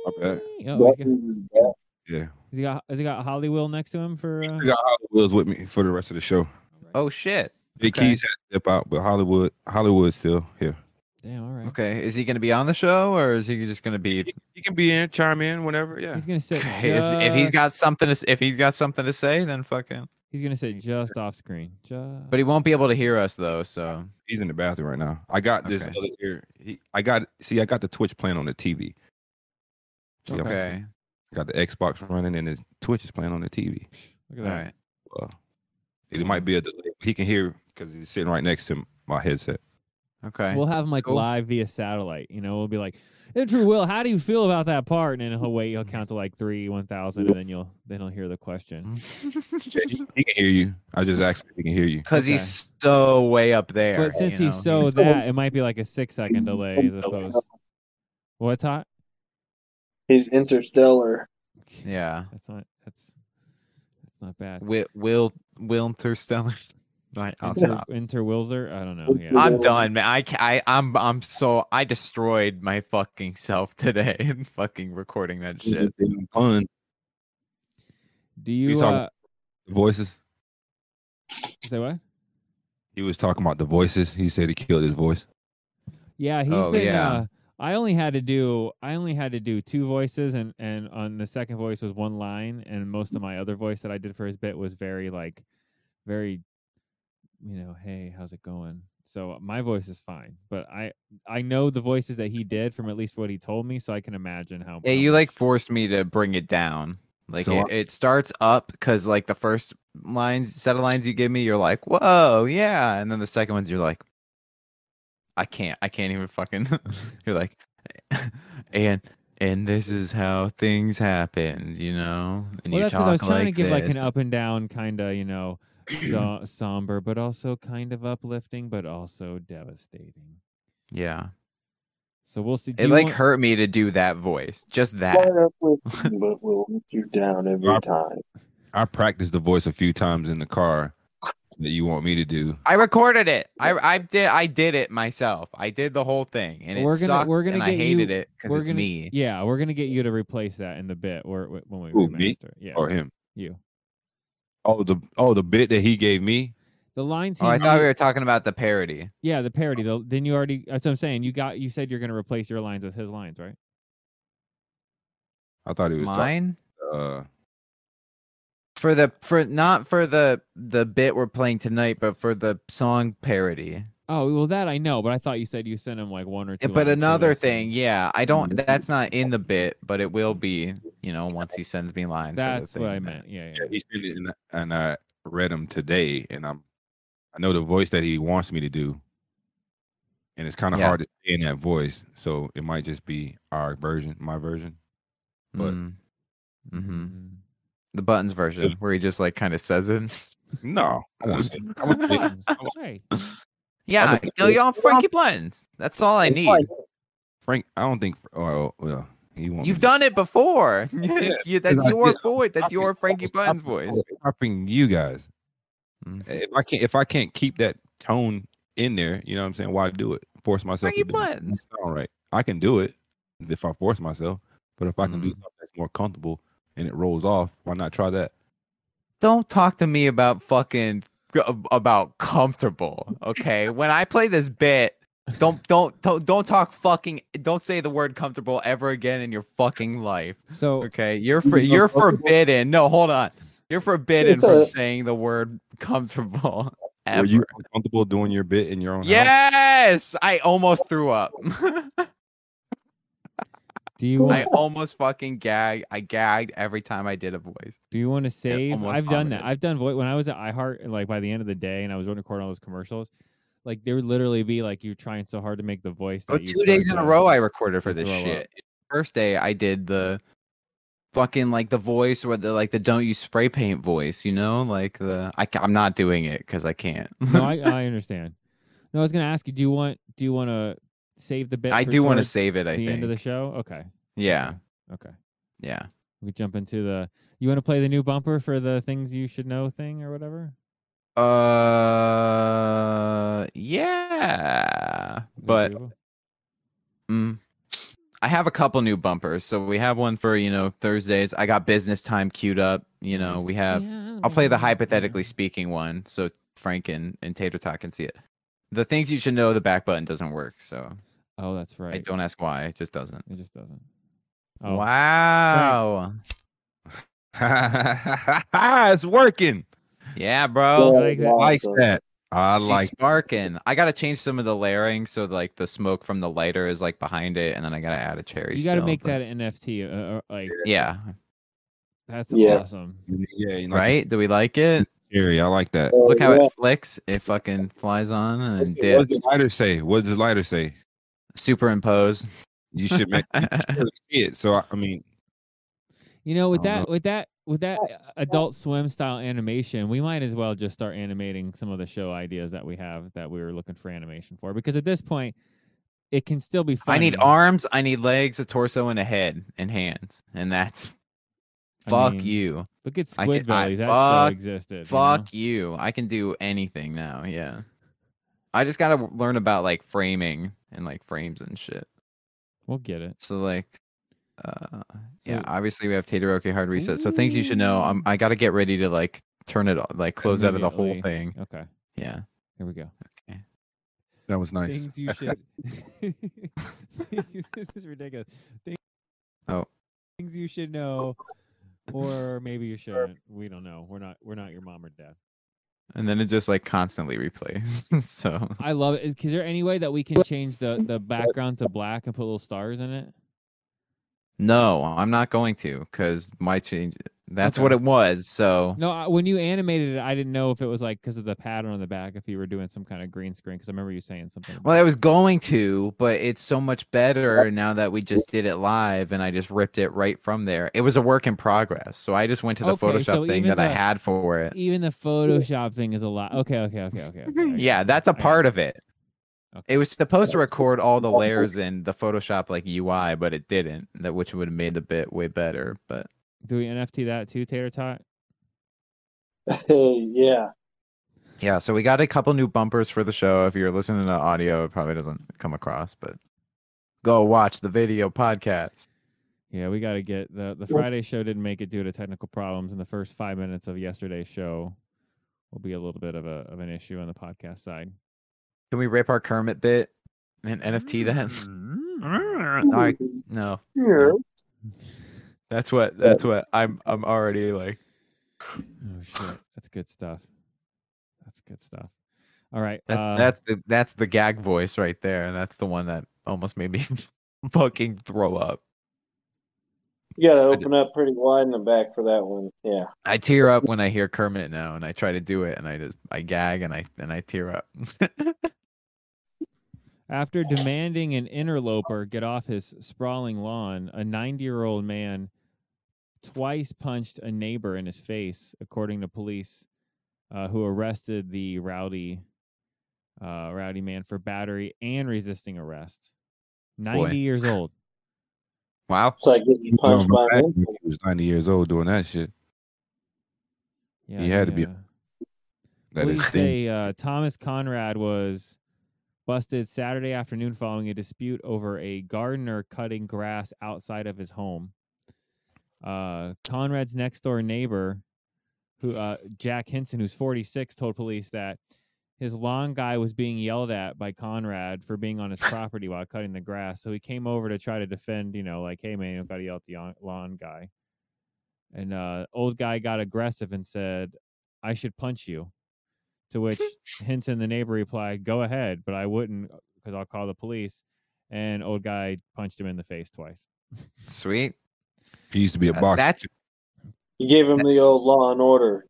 My bad. Oh, he's got, yeah. has he got has he got Hollywood next to him for? I Uh, got Hollywood's with me for the rest of the show. Oh shit. The Okay. keys had to step out, but Hollywood Hollywood's still here. damn, all right. Okay, is he going to be on the show or is he just going to be? You can be in, chime in whenever. Yeah. He's gonna sit. Okay, is- if he's got just- something to, s- if he's got something to say, then fucking He's gonna sit just off screen. Just But he won't be able to hear us though. So He's in the bathroom right now. I got this Okay. other ear. He, I got see. I got the Twitch playing on the TV. See, I'm- okay, I got the Xbox running and the Twitch is playing on the TV. look all at that. right. Well, it might be a delay. He can hear because he's sitting right next to my headset. Okay. We'll have him like Cool. live via satellite. You know, we'll be like, Andrew Will, how do you feel about that part? And then he'll wait, he'll count to like three, one thousand, and then you'll then he'll hear the question. Mm, Yeah, he, he can hear you. I just asked if he can hear you. Because he's so way up there. But since you he's know, so that, it might be like a six second delay as opposed. What's hot? He's interstellar. yeah, That's not that's that's not bad. Will Will Will Interstellar. Right, I'll Inter, stop. Interwilzer? I don't know. Yeah. Interwilzer. I'm done, man. I, ca- I I'm I'm so I destroyed my fucking self today and fucking recording that shit. Fun Do you talking- uh, voices. say what? He was talking about the voices. He said he killed his voice. Yeah, he's Oh, been. yeah. Uh, I only had to do. I only had to do two voices, and and on the second voice was one line, and most of my other voice that I did for his bit was very like, very, you know, hey, how's it going? So my voice is fine, but I I know the voices that he did from at least what he told me, so I can imagine how. Yeah, how you like much- forced me to bring it down. Like So it, it starts up because like the first lines set of lines you give me, you're like, whoa, yeah. And then the second ones you're like, I can't, I can't even fucking you're like and and this is how things happened, you know? And Well, you that's because I was talk trying to give like this. an up and down kind of, you know, so, somber, but also kind of uplifting, but also devastating. Yeah. So we'll see. Do It you like want- hurt me to do that voice. Just that. Start up with you, but we'll let you down every Rob- time. I practiced the voice a few times in the car that you want me to do. I recorded it. I I did I did it myself. I did the whole thing, and it We're gonna- sucked, we're gonna and I get you- hated it because we're it's gonna, me. Yeah, we're gonna get you to replace that in the bit or wh- when we Who, remaster. me? it. Yeah, Or him. you. Oh the oh the bit that he gave me. The lines. Oh, he I thought we knew- were talking about the parody. Yeah, the parody. Though, then you already. That's what I'm saying. You got. You said you're gonna replace your lines with his lines, right? I thought he was talking. Mine Uh, for the for not for the the bit we're playing tonight, but for the song parody. Eh, Oh well, that I know, but I thought you said you sent him like one or two. lines But for another this thing, yeah, I don't. That's not in the bit, but it will be. You know, once he sends me lines. for the That's what thing I that- meant. Yeah, yeah, yeah. he sent it and, and I read him today, and I'm I know the voice that he wants me to do, and it's kind of Yeah. hard to stay in that voice, so it might just be our version, my version. But- Mm. hmm Mm. The buttons version, where he just like kind of says it. No, I won't say- I won't say- Buttons. Hey, Yeah, the- yo, y'all, Frankie Buttons. That's all I need. Frank. I don't think. Oh well, he won't. You've done it before. Yeah, You- that's I did. your voice. That's Copy- your Frankie Buttons voice. Copying you guys. Mm. If I can't, if I can't keep that tone in there, you know what I'm saying. Why do it? Force myself. Frankie to do it. Buttons. All right, I can do it if I force myself. But if I can Mm-hmm. do something that's more comfortable and it rolls off, why not try that? Don't talk to me about fucking about comfortable. Okay, when I play this bit. Don't don't don't don't talk fucking don't say the word comfortable ever again in your fucking life. so Okay, you're for, you're forbidden. No, hold on. You're forbidden from saying the word comfortable ever. Were you comfortable doing your bit in your own? house? Yes, I almost threw up. do you want I almost fucking gagged. I gagged every time I did a voice. Do you want to save? almost I've done that. vomited. I've done voice when I was at iHeart. Like by the end of the day, and I was recording all those commercials, like there would literally be like you trying so hard to make the voice. Oh, That you two days in started a to- row, I recorded for to this throw up. shit. First day, I did the fucking like the voice or the like the don't you spray paint voice. You know, like the I, am not doing it because I can't. no, I, I understand. No, I was gonna ask you. Do you want? Do you want to save the bit? I for do want to towards save it. the I think. end of the show. Okay. yeah, Okay. yeah. We jump into the. You want to play the new bumper for the things you should know thing or whatever. Uh, yeah. Is that But doable? Mm. I have a couple new bumpers. So we have one for, you know, Thursdays. I got business time queued up. You know, we have, I'll play the Mm-hmm. hypothetically speaking one. So Frank and, and Tater Tot can see it. The things you should know the back button doesn't work. So Oh, that's I right. don't ask why. It just doesn't. It just doesn't. Oh, Wow. it's working. Yeah, bro. I like that. I like awesome. that. I She's like sparking. I gotta change some of the layering so like the smoke from the lighter is like behind it, and then I gotta add a cherry. You got to still, make but- that an NFT. Uh, uh, like Yeah, that's Yeah. awesome. yeah, you know, right. Do we like it? Cherry, I like that. Oh, Look how yeah. it flicks. It fucking flies on and then What does dips. the lighter say? What does the lighter say? Superimpose. You should make you see it. So I, I mean, You know, with I don't that, with that, with that uh, Adult Swim style animation, we might as well just start animating some of the show ideas that we have that we were looking for animation for. Because at this point, it can still be funny. I need arms. I need legs, a torso, and a head and hands, and that's. I Fuck mean, you. Look at I can- Squidbillies. I- that fuck- show existed. Fuck you. I can do anything now. Yeah. I just gotta w- learn about like framing and like frames and shit. We'll get it. So like uh yeah, So- obviously we have Todoroki hard reset. So things you should know. I'm I gotta get ready to like turn it o- like close out of the whole Immediately. thing. Okay. Yeah. Here we go. that was nice. Things you should. this is ridiculous. Things, Oh. Things you should know, or maybe you shouldn't. We don't know. We're not. We're not your mom or dad. And then it just like constantly replays. so I love it. Is, is there any way that we can change the the background to black and put little stars in it? no, I'm not going to because my change that's what Okay. it was. So No, I, when you animated it, I didn't know if it was like because of the pattern on the back, if you were doing some kind of green screen. Because I remember you saying something. Well, I was going to, but it's so much better now that we just did it live and I just ripped it right from there. It was a work in progress. So I just went to the Okay, Photoshop so thing even that I the- e had for it. Even the Photoshop thing is a lot. Okay, okay, okay, okay. okay, I Yeah, gotcha, that's a I part gotcha. of it. Okay. It was supposed to record all the layers in the Photoshop like UI, but it didn't, that which would have made the bit way better. But Do we NFT that too, Tater Tot? yeah. yeah, so we got a couple new bumpers for the show. If you're listening to audio, it probably doesn't come across, but go watch the video podcast. Yeah, we got to get the the Friday show didn't make it due to technical problems, and the first five minutes of yesterday's show will be a little bit of a of an issue on the podcast side. Can we rip our Kermit bit and NFT Mm. that? All right, no. Yeah. That's what that's what I'm I'm already like Oh shit, that's good stuff. That's good stuff. All right, that's uh, that's the that's the gag voice right there and that's the one that almost made me fucking throw up. You got to open up pretty wide in the back for that one. Yeah. I tear up when I hear Kermit now and I try to do it and I just I gag and I and I tear up. After demanding an interloper get off his sprawling lawn, a 90 year old man twice punched a neighbor in his face, according to police, uh, who arrested the rowdy, uh, rowdy man for battery and resisting arrest. 90 years old. wow. It's like getting punched by Back an when infant. he was ninety years old doing that shit. Yeah, He had to be- yeah. That what do is you thing. say? Uh, Thomas Conrad was busted Saturday afternoon following a dispute over a gardener cutting grass outside of his home. Uh, Conrad's next door neighbor, who uh, Jack Henson, who's 46, told police that his lawn guy was being yelled at by Conrad for being on his property while cutting the grass. So he came over to try to defend, you know, like, hey man, you don't got to yell at the on- lawn guy. And uh, old guy got aggressive and said, "I should punch you." To which Henson, the neighbor, replied, "Go ahead, but I wouldn't because I'll call the police." And old guy punched him in the face twice. Sweet. He used to be a Uh, boxer. that's You gave him the old law and order.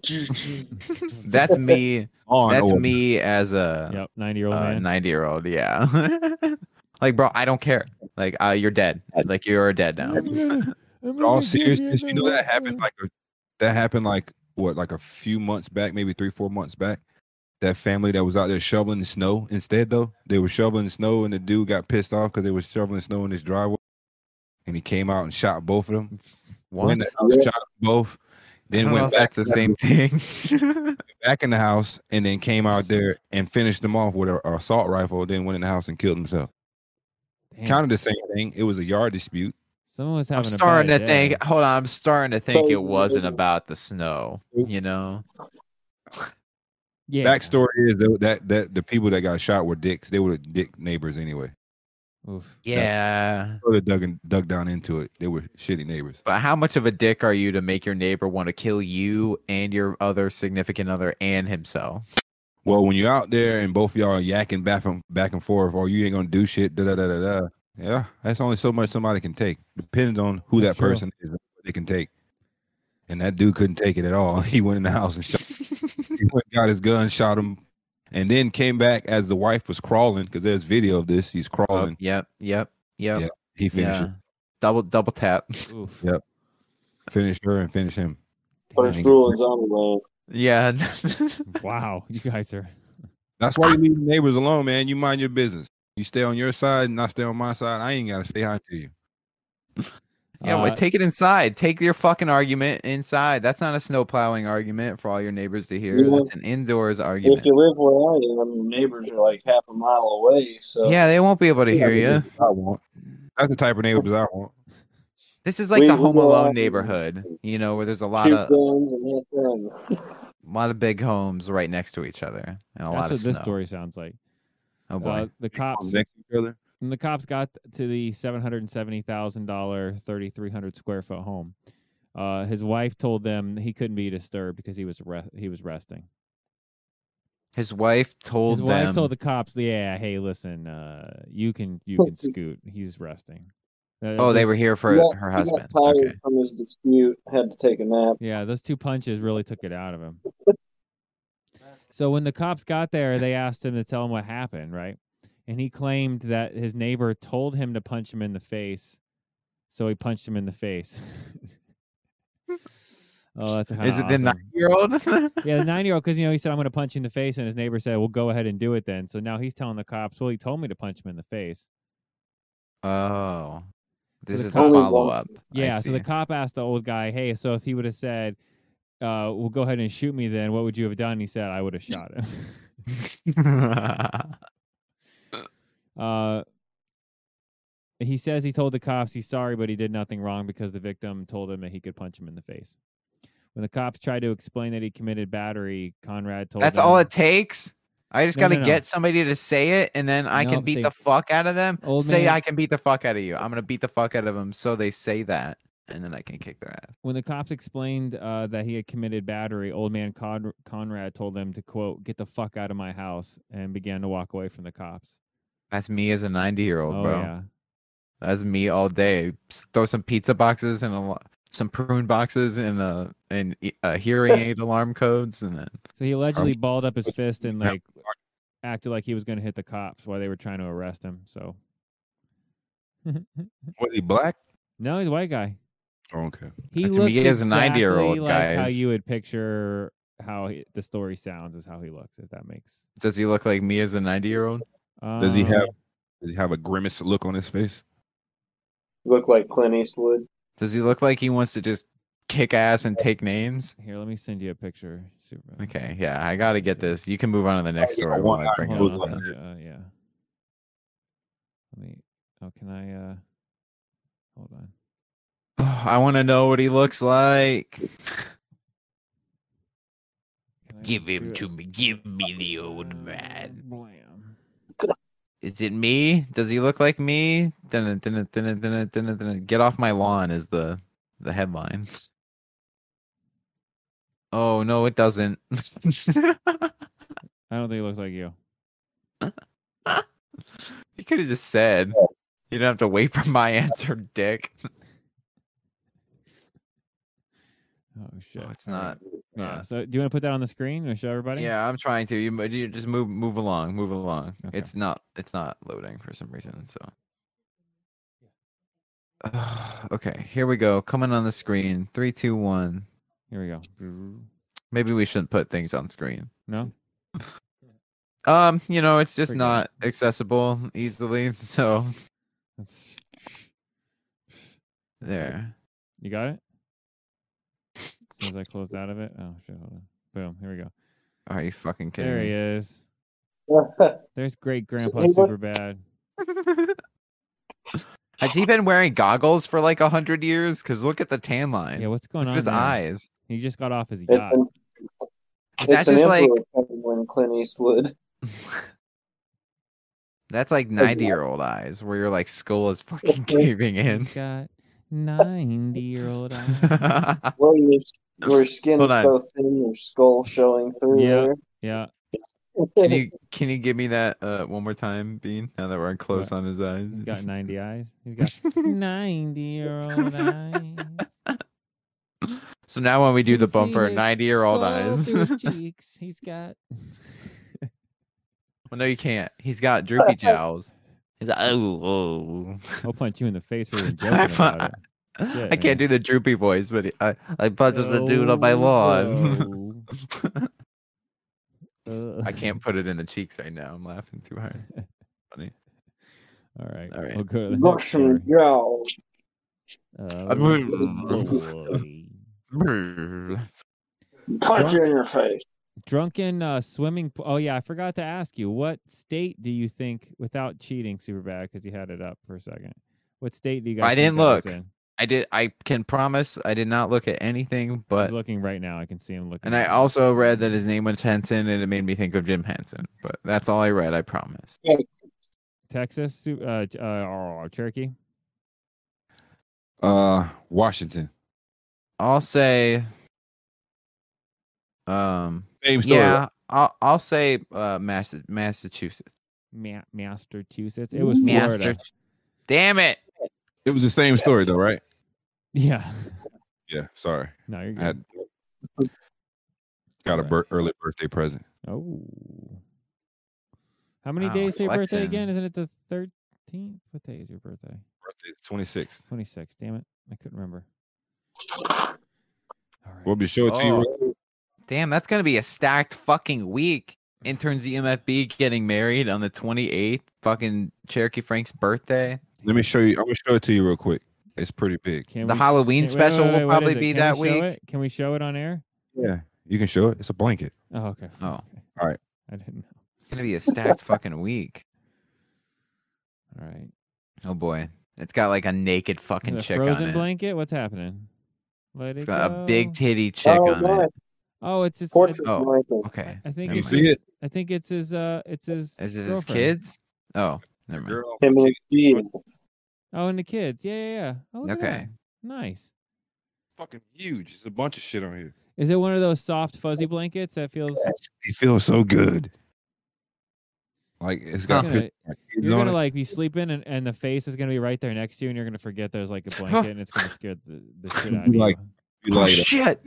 that's me on that's or- me as a Yep, ninety-year-old uh, man. 90 year old, yeah. like bro, I don't care. Like uh, you're dead. Like you're dead now. In all seriousness, you know that happened like a, that happened like what like a few months back, maybe three four months back. That family that was out there shoveling the snow. Instead though, they were shoveling the snow, and the dude got pissed off because they were shoveling snow in his driveway, and he came out and shot both of them. What? Went in the house, Yeah. shot them both. I Then don't know went if back that's the same thing. back in the house, and then came out there and finished them off with an assault rifle. Then went in the house and killed himself. Damn, Kind of the same thing. It was a yard dispute. someone was having. I'm starting a to bad day. think. Hold on, I'm starting to think it Both wasn't of them. about the snow. You know, Yeah. Backstory is though that that the people that got shot were dicks. They were dick neighbors anyway. Oof. Yeah. Sort of dug, in, dug down into it. They were shitty neighbors. But how much of a dick are you to make your neighbor want to kill you and your other significant other and himself? Well, when you're out there and both of y'all are yakking back and back and forth, or you ain't gonna do shit, da da da da da. Yeah, that's only so much somebody can take. Depends on who That's that true. person is, what they can take. And that dude couldn't take it at all. He went in the house and shot. he went, and got his gun, shot him, and then came back as the wife was crawling because there's video of this. He's Oh, crawling. yep, yep, yep. Yeah, he yeah. finished her, Double double tap. Oof. Yeah. finished her, and finished him. First rule in zombie land. Yeah. Wow. You guys are That's why you leave the neighbors alone, man. You mind your business. You stay on your side, and I stay on my side. I ain't gotta say hi to you. yeah, Uh, but take it inside. Take your fucking argument inside. That's not a snow plowing argument for all your neighbors to hear. Yeah. That's an indoors If argument. you live where I am, your neighbors are like half a mile away, so Yeah, they won't be able to hear you. I want. That's the type of neighbors I want. This is like We- the we Home go out Alone and- neighborhood, you know, where there's a lot two of guns and hit them. lot of big homes right next to each other and a that's lot what of this snow. story sounds like. Oh boy. Uh, the cops Next to each other. and the cops got to the seven hundred and seventy thousand dollar thirty three hundred square foot home. Uh, his wife told them he couldn't be disturbed because he was re- he was resting. his wife told His wife them told the cops, "Yeah, hey, listen, uh, you can you can scoot. He's resting." Uh, Oh, they this- were here for Yeah, her He got husband. tired Okay. from his dispute, had to take a nap. Yeah, those two punches really took it out of him. So when the cops got there, they asked him to tell him what happened, right? And he claimed that his neighbor told him to punch him in the face, so he punched him in the face. oh, that's kind Is it awesome. the nine year old? yeah, the nine year old, because you know he said I'm going to punch you in the face, and his neighbor said, "Well, go ahead and do it then." So now he's telling the cops, "Well, he told me to punch him in the face." Oh. This the is the cop- Only follow up. once. Yeah. So the cop asked the old guy, "Hey, so if he would have said, uh, well, go ahead and shoot me, then what would you have done?" And he said, "I would have shot him." uh, he says he told the cops he's sorry, but he did nothing wrong because the victim told him that he could punch him in the face. When the cops tried to explain that he committed battery, Conrad told That's them, all it takes. I just No, gotta no, no. get somebody to say it, and then I No, can beat say- the fuck out of them. Old say man- I can beat the fuck out of you. I'm gonna beat the fuck out of them, so they say that, and then I can kick their ass. when the cops explained uh, that he had committed battery, old man Con- Conrad told them to quote, "Get the fuck out of my house," and began to walk away from the cops. That's me as a 90 year old, oh bro. yeah. That's me all day. S- Throw some pizza boxes and a lo- some prune boxes and a and e- a hearing aid alarm codes, and then So he allegedly Um, balled up his fist and Yeah. like acted like he was going to hit the cops while they were trying to arrest him. So Was he black? no, he's a white guy. Oh, okay. He That's me looks as a exactly 90-year-old, like how guys. you would picture how he, the story sounds is how he looks. If that makes does he look like me as a 90 year old? um, Does he have does he have a grimace look on his face? Looked like Clint Eastwood. Does he look like he wants to just kick ass and take names? Here, let me send you a picture. Superman. Okay, yeah, I gotta get this. You can move on to the next Oh, yeah, story. one while eye I bring Hold up on, Looks I'll like the- send you- uh, yeah. Let me. Oh, can I? uh Hold on. I want to know what he looks like. Can I just Give do him it? to me. Give me the old man. Uh, Blam. Is it me? Does he look like me? Dun, dun, dun, dun, dun, dun, dun, dun. Get off my lawn is the the headline. Oh no, it doesn't. you I don't think it looks like you. could have just said. You don't have to wait for my answer, Dick. Oh shit! it's All right. not. Yeah. not. So do you want to put that on the screen or show everybody? Yeah, I'm trying to. You, mo- you just move move along, move along. Okay. It's not it's not loading for some reason. So okay, here we go. Coming on the screen. Three, two, one. Here we go. Maybe we shouldn't put things on screen. No. Um, you know, it's just Forget it. not accessible easily. So That's, there. you got it. As soon as I closed out of it. Oh shit! Hold on. Boom. Here we go. Are you fucking kidding There he me? is. That's There's great grandpa. hey, what- Super bad. Has he been wearing goggles for like a hundred years? Because look at the tan line. Yeah. What's going Look on? at his there? eyes. He just got off his yacht. an, Is it's that an just like emperor coming when Clint Eastwood. That's like ninety year old eyes where your like skull is fucking caving in. He's got ninety year old eyes. yeah, Well, your, your skin Hold is on. so thin, your skull showing through Yeah. Yeah. can there. you can you give me that uh one more time, Bean? Now that we're close on his eyes. He's got ninety eyes. He's got ninety year old eyes. So now when we do the Can see bumper, his ninety year old skull eyes. through his cheeks. He's got well, no, you can't. He's got droopy jowls. He's like, oh, oh. I'll punch you in the face for even joking I, about it. I Shit, can't man. do the droopy voice, but I I punched the dude on my lawn. Oh, no. I can't put it in the cheeks right now. I'm laughing too hard. All right. All right. We'll go to the next Uh, Russian story. jowl. Oh, boy. Punch you in your face. Drunken uh, swimming. Po- oh yeah, I forgot to ask you. What state do you think, without cheating, super bad because you had it up for a second. What state do you guys? I think didn't that was look. in? I did. I can promise. I did not look at anything, He's but looking right now. I can see him looking. and I right now. also read that his name was Henson, and it made me think of Jim Henson. But that's all I read. I promise. Texas, su- uh, Ch- uh, oh, Cherokee. Uh, Washington. I'll say. Um. Same story. Yeah. I'll I'll say uh Massa- Massachusetts. Ma- Massachusetts. It was Florida. Massachusetts. Damn it! It was the same story though, right? Yeah. Yeah. Sorry, No, you're I good. had, got a Alright. bir- early birthday present. Oh. How many Wow, days to your birthday flexing. again? Isn't it the 13th? What day is your birthday? Birthday twenty sixth. 26. Damn it. I couldn't remember. All right. We'll be sure to you. Oh. Damn, that's gonna be a stacked fucking week. Interns E EMFB getting married on the twenty eighth. Fucking Cherokee Frank's birthday. Let me show you. I'm gonna show it to you real quick. It's pretty big. Can the we- Halloween can- wait, wait, special wait, will wait, what probably is it? be Can that we show week. it? Can we show it on air? Yeah, you can show it. It's a blanket. Oh, okay. f- Oh. okay. All right. I didn't It's gonna be a stacked fucking week. know. All right. Oh boy, it's got like a naked fucking The chick frozen on it. blanket? What's happening? Let It's it got go. a big titty chick oh, on my it. Oh, it's his. portrait Oh. blanket. Okay, I think Never it's. mind. his- I think it's his. Uh, it's his. is it his girlfriend. kids? Oh, never mind. Girl, Him and G. Oh, and the kids. Yeah, yeah, yeah. Oh, look at that. Okay, Nice. fucking huge. It's a bunch of shit on here. Is it one of those soft fuzzy blankets that feels? It feels so good. Like it's got You're pictures gonna- of my kids You're on gonna it. like be sleeping, and, and the face is gonna be right there next to you, and you're gonna forget there's like a blanket, and it's gonna scare the, the shit out of you. Like- be oh, like shit.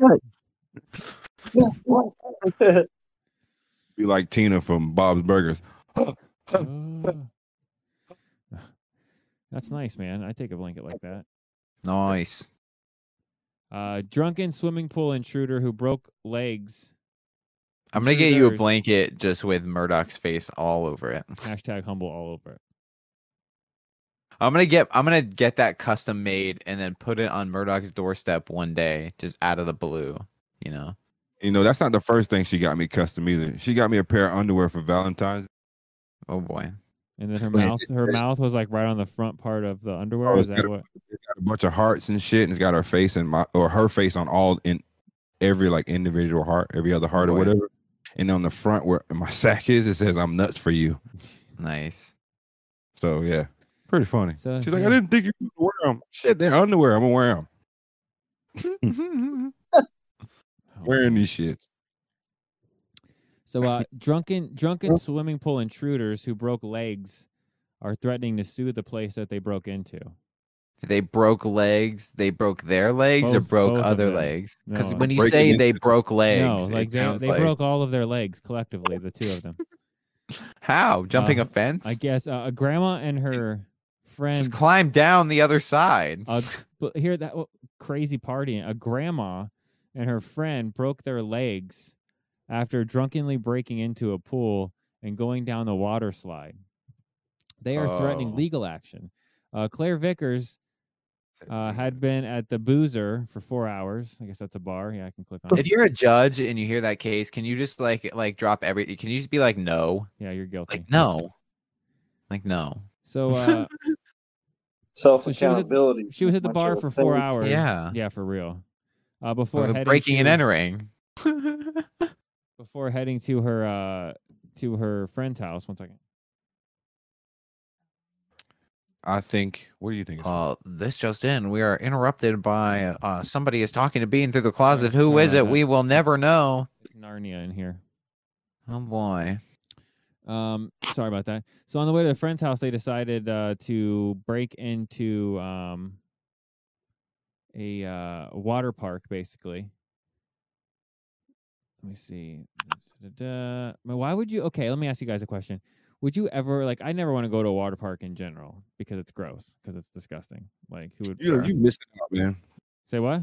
be like Tina from Bob's Burgers. Oh. That's nice, man. I take a blanket like that. Nice. Uh, drunken swimming pool intruder who broke legs. I'm gonna get you a Intruders. blanket just with Murdoch's face all over it. Hashtag humble all over it. I'm gonna get I'm gonna get that custom made and then put it on Murdoch's doorstep one day, just out of the blue. You know, You know, that's not the first thing she got me custom either. She got me a pair of underwear for Valentine's. oh boy, And then her Wait, mouth, her mouth was like right on the front part of the underwear. Oh, Is it's that gotta- what? It's got a bunch of hearts and shit, and it's got her face and my or her face on all in every like individual heart, every other heart or Boy. whatever. And on the front where my sack is, it says "I'm nuts for you." nice. So yeah, pretty funny. So She's like, yeah. "I didn't think you would wear them." Shit, they're underwear. I'm gonna wear them. Oh, Wearing these shits. So uh, drunken drunken swimming pool intruders who broke legs are threatening to sue the place that they broke into. They broke legs. They broke their legs or Both- broke both of other them. legs. Because No, when you Breaking say into- they broke legs, no, like like it they, sounds they like broke all of their legs collectively, the two of them. how jumping Uh, a fence. I guess uh, a grandma and her friend. just climb down the other side. Uh, but here that w- crazy partying. A grandma and her friend broke their legs after drunkenly breaking into a pool and going down the water slide. They are threatening Oh. legal action. Uh, Claire Vickers uh, had been at the Boozer for four hours. I guess that's a bar. Yeah, I can click on if it. you're a judge and you hear that case, can you just like like drop everything? Can you just be like no, Yeah, you're guilty. like no, like no? So uh, Self she was at- accountability. she was at the bar for four hours. Yeah. yeah, for real. Uh, before Uh, heading breaking and to- entering. before heading to her uh to her friend's house. One second. I think. What do you think? Ismail? Uh, this just in, we are interrupted by uh, somebody is talking to Bean through the closet. Who is it? We will never know. It's Narnia in here. Oh boy. Um, sorry about that. So on the way to a friend's house, they decided uh, to break into um, a uh, water park, basically. Let me see. Da-da-da. Now, Why would you? Okay, let me ask you guys a question. Would you ever like? I never want to go to a water park in general because it's gross, because it's disgusting. Like, who would uh, you you missing out, man. say what?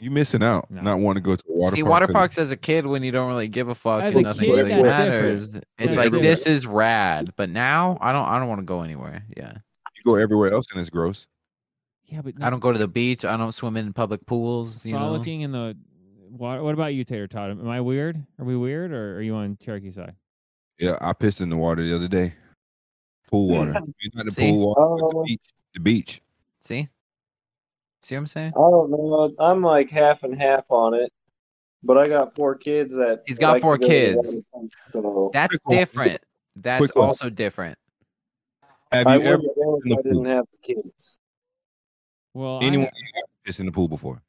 You missing out. No. Not wanting to go to a water See, park water 'cause- parks as a kid when you don't really give a fuck As and a nothing kid, really that's different. matters. It's That's like different. this is rad, but now I don't. I don't want to go anywhere. Yeah, You go everywhere else and it's gross. Yeah, but I don't go to the beach. I don't swim in public pools. You know. frolicking in the water. What about you, Tater Todd? Am I weird? Are we weird, or are you on Cherokee side? Yeah, I pissed in the water the other day. Pool water. I mean, not the Mm. See? pool water, but Oh. the beach. The beach. See. See what I'm saying? I don't know. I'm like half and half on it, but I got four kids that He's got like to four go to the kids. water park, so That's Oh, Quick one. different. That's Quick one. also different. Have I you ever wouldn't know in the if I didn't have the kids. Well, I anyone ha- pissed in the pool before?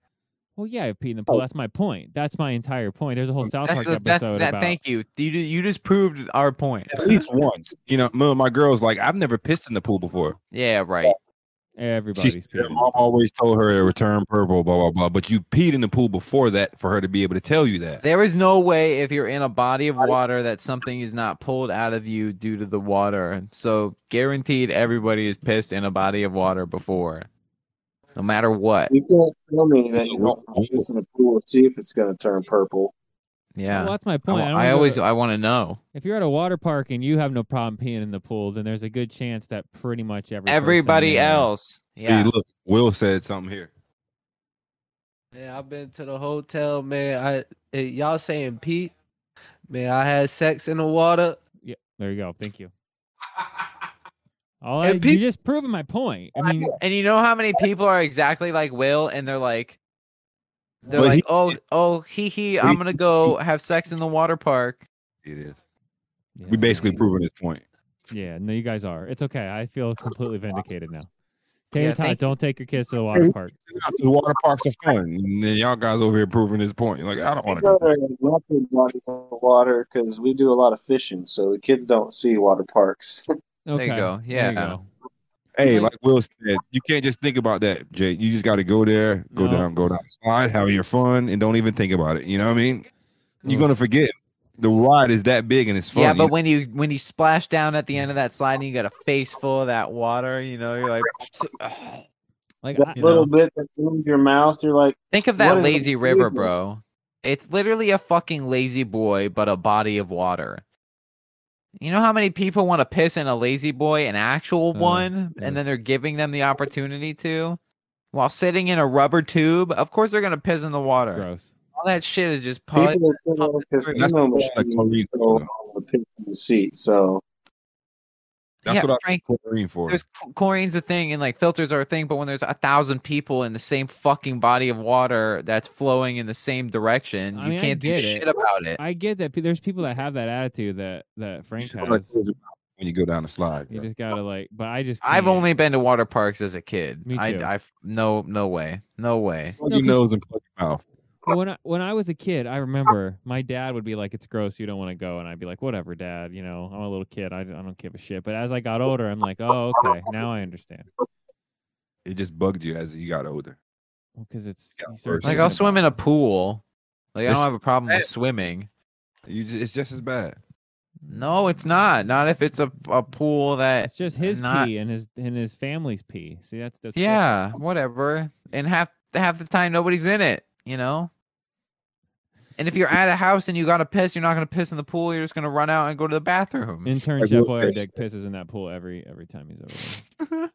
well, yeah, I peed in the pool. That's my point. That's my entire point. There's a whole South Oh. Mm, That's Park the, episode that's that. about. Thank you. You ju- you just proved our point. At least once. You know, my, my girl's like, I've never pissed in the pool before. Yeah, right. Everybody's She's, peed. her in the pool. mom always told her to return purple, blah blah blah. But you peed in the pool before that for her to be able to tell you that. There is no way if you're in a body of water that something is not pulled out of you due to the water. So guaranteed everybody is pissed in a body of water before. No matter what. You can't tell me that you don't want to piss in a pool to see if it's going to turn purple. Yeah. Well, that's my I, point. wa- don't I go always to- I want to know. if you're at a water park and you have no problem peeing in the pool, then there's a good chance that pretty much every person Everybody there- else. See, Yeah. look, Will said something here. Man, I've been to the hotel, man. I eh, y'all saying Pete, man. I had sex in the water. Yeah, there you go. Thank you. All I, And you peop- just proving my point. I mean, And you know how many people are exactly like Will and they're like they're But like, he- "Oh, oh, hee hee, but I'm he- going to go have sex in the water park." It is. yeah, We basically proving his point. yeah. No, you guys are. It's okay. I feel completely vindicated now. Tater Yeah, Tot, thank you. don't take your kids to the water park. The water parks are fun, and then y'all guys over here proving his point. Like I don't want to Our go. rapid bodies of water because we do a lot of fishing, so the kids don't see water parks. Okay. you go. Yeah. There you go. Hey, like Will said, you can't just think about that, Jay. You just got to go there, go No. down, go down the slide, have your fun, and don't even think about it. You know what I mean? Ugh. You're gonna forget. The ride is that big and it's fun. Mm. Yeah, you but when you when you splash down at the end of that slide and you got a face full of that water, you know, you're like, Like, That I, You little know. bit that moves your mouth, you're like, think of What that is the lazy river, movement? bro. It's literally a fucking lazy boy, but a body of water. You know how many people want to piss in a lazy boy, an actual Uh, one, yeah. and then they're giving them the opportunity to, while sitting in a rubber tube. Of course, they're gonna piss in the it's water. gross. All that shit is just pu- people are going to That's casino what I like machines Maureen go doing. on the piss in the seat. So That's Yeah, what I Frank, was chlorine for. there's cl- chlorine's a thing and like filters are a thing, but when there's a thousand people in the same fucking body of water that's flowing in the same direction, I you mean, I can't do get it. shit about it. I get that. pe- There's people that have that attitude that that Frank That's what I has. told you about when you go down the slide. You bro. just gotta like, but I just I've can't. only been to water parks as a kid. Me I, too. I f- no, no way, no way. Plug No, your 'cause- nose and plug your mouth. But when I when I was a kid, I remember my dad would be like, "It's gross, you don't want to go," and I'd be like, "Whatever, dad. You know, I'm a little kid. I, I don't give a shit." But as I got older, I'm like, "Oh, okay, now I understand." It just bugged you as you got older. Because it's Yeah, you start first- Like thinking I'll about swim in a pool. Like I It's- don't have a problem with swimming. You just, it's just as bad. No, it's not. Not if it's a, a pool it. that. It's just his not- pee and his and his family's pee. See, that's the Yeah, whatever. And half half the time nobody's in it, you know? And if you're at a house and you gotta piss, you're not gonna piss in the pool, you're just gonna run out and go to the bathroom. Intern Like, Chef look, Boyardee it's- pisses in that pool every every time he's over there.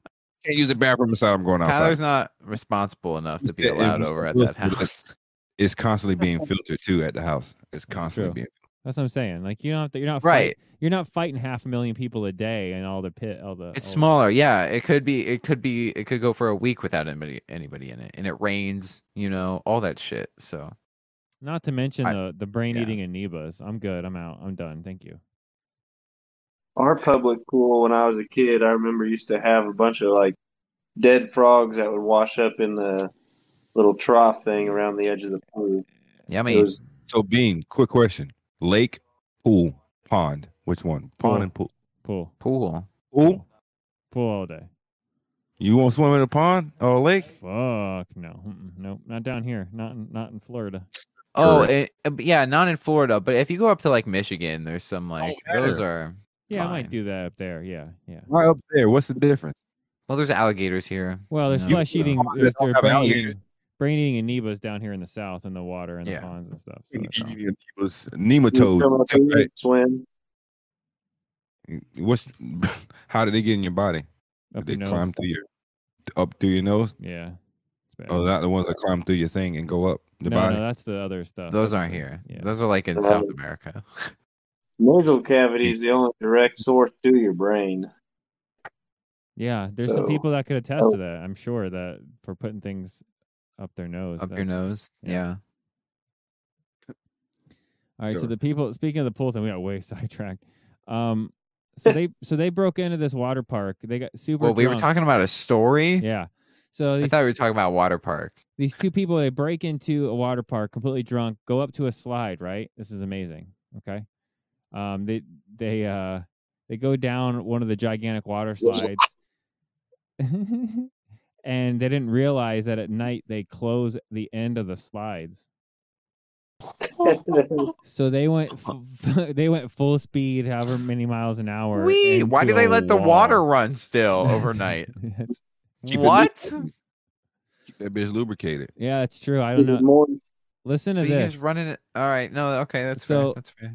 Can't use the bathroom inside. I'm going outside. Tyler's not responsible enough to be Yeah, it allowed was- over at was- that house. it's constantly being filtered too at the house. It's constantly true. being. That's what I'm saying. Like you don't have to. You're not fight- Right. You're not fighting half a million people a day and all the pit. All the all It's Oh. the- smaller, yeah. It could be it could be it could go for a week without anybody anybody in it. And it rains, you know, all that shit. So Not to mention I- the the brain yeah. eating amoebas. I'm good. I'm out. I'm done. Thank you. Our public pool, when I was a kid, I remember used to have a bunch of like dead frogs that would wash up in the little trough thing around the edge of the pool. Yeah, I it mean, was So, Bean, quick question: Lake, pool, pond. Which one? Pond Pool. and pool. Pool. pool. Pool. Pool all day. You won't swim in a pond or a lake? Fuck no. Mm-mm, Nope. Not down here. Not in, not in Florida. Oh, Correct. it, uh, b- yeah, not in Florida, but if you go up to like Michigan, there's some Oh, like those are. Yeah, I Fine. might do that up there. Yeah, yeah. Right up there. What's the difference? Well, there's alligators here. Well, there's No. flesh eating. Oh, they There's don't their have brain alligators. eating, brain eating amoebas down here in the south in the water and Yeah. the ponds and stuff. so that's all. People's you come up in nematode. and swim. What's how did they get in your body? Up they your nose. climb through your up through your nose? Yeah. It's bad. Oh, not the ones that climb through your thing and go up the no, body. no, that's the other stuff. Those That's aren't the- here. Yeah. Those are like in They're South not- America. Nasal cavity is the only direct source to your brain. yeah. There's some So- people that could attest Oh. to that. I'm sure that for putting things up their nose. Up your that's- nose. yeah. Yeah. All right. So Sure. the people speaking of the pool thing, we got way sidetracked. Um, so they so they broke into this water park. They got super. Well, we were drunk. talking about a story. Yeah. So I these thought we were talking about water parks. these two people they break into a water park completely drunk, go up to a slide. Right. This is amazing. Okay. Um. They they uh they go down one of the gigantic water slides. and they didn't realize that at night they close the end of the slides. So they went, f- they went full speed, however many miles an hour. Wee! Why into do they a let the wall. water run still That's- overnight? that's- Keep it What? Keep that bitch lubricated. yeah, it's true. I don't know. More Listen to But you this. just running it. All right. No. Okay. That's fair. So- That's fair.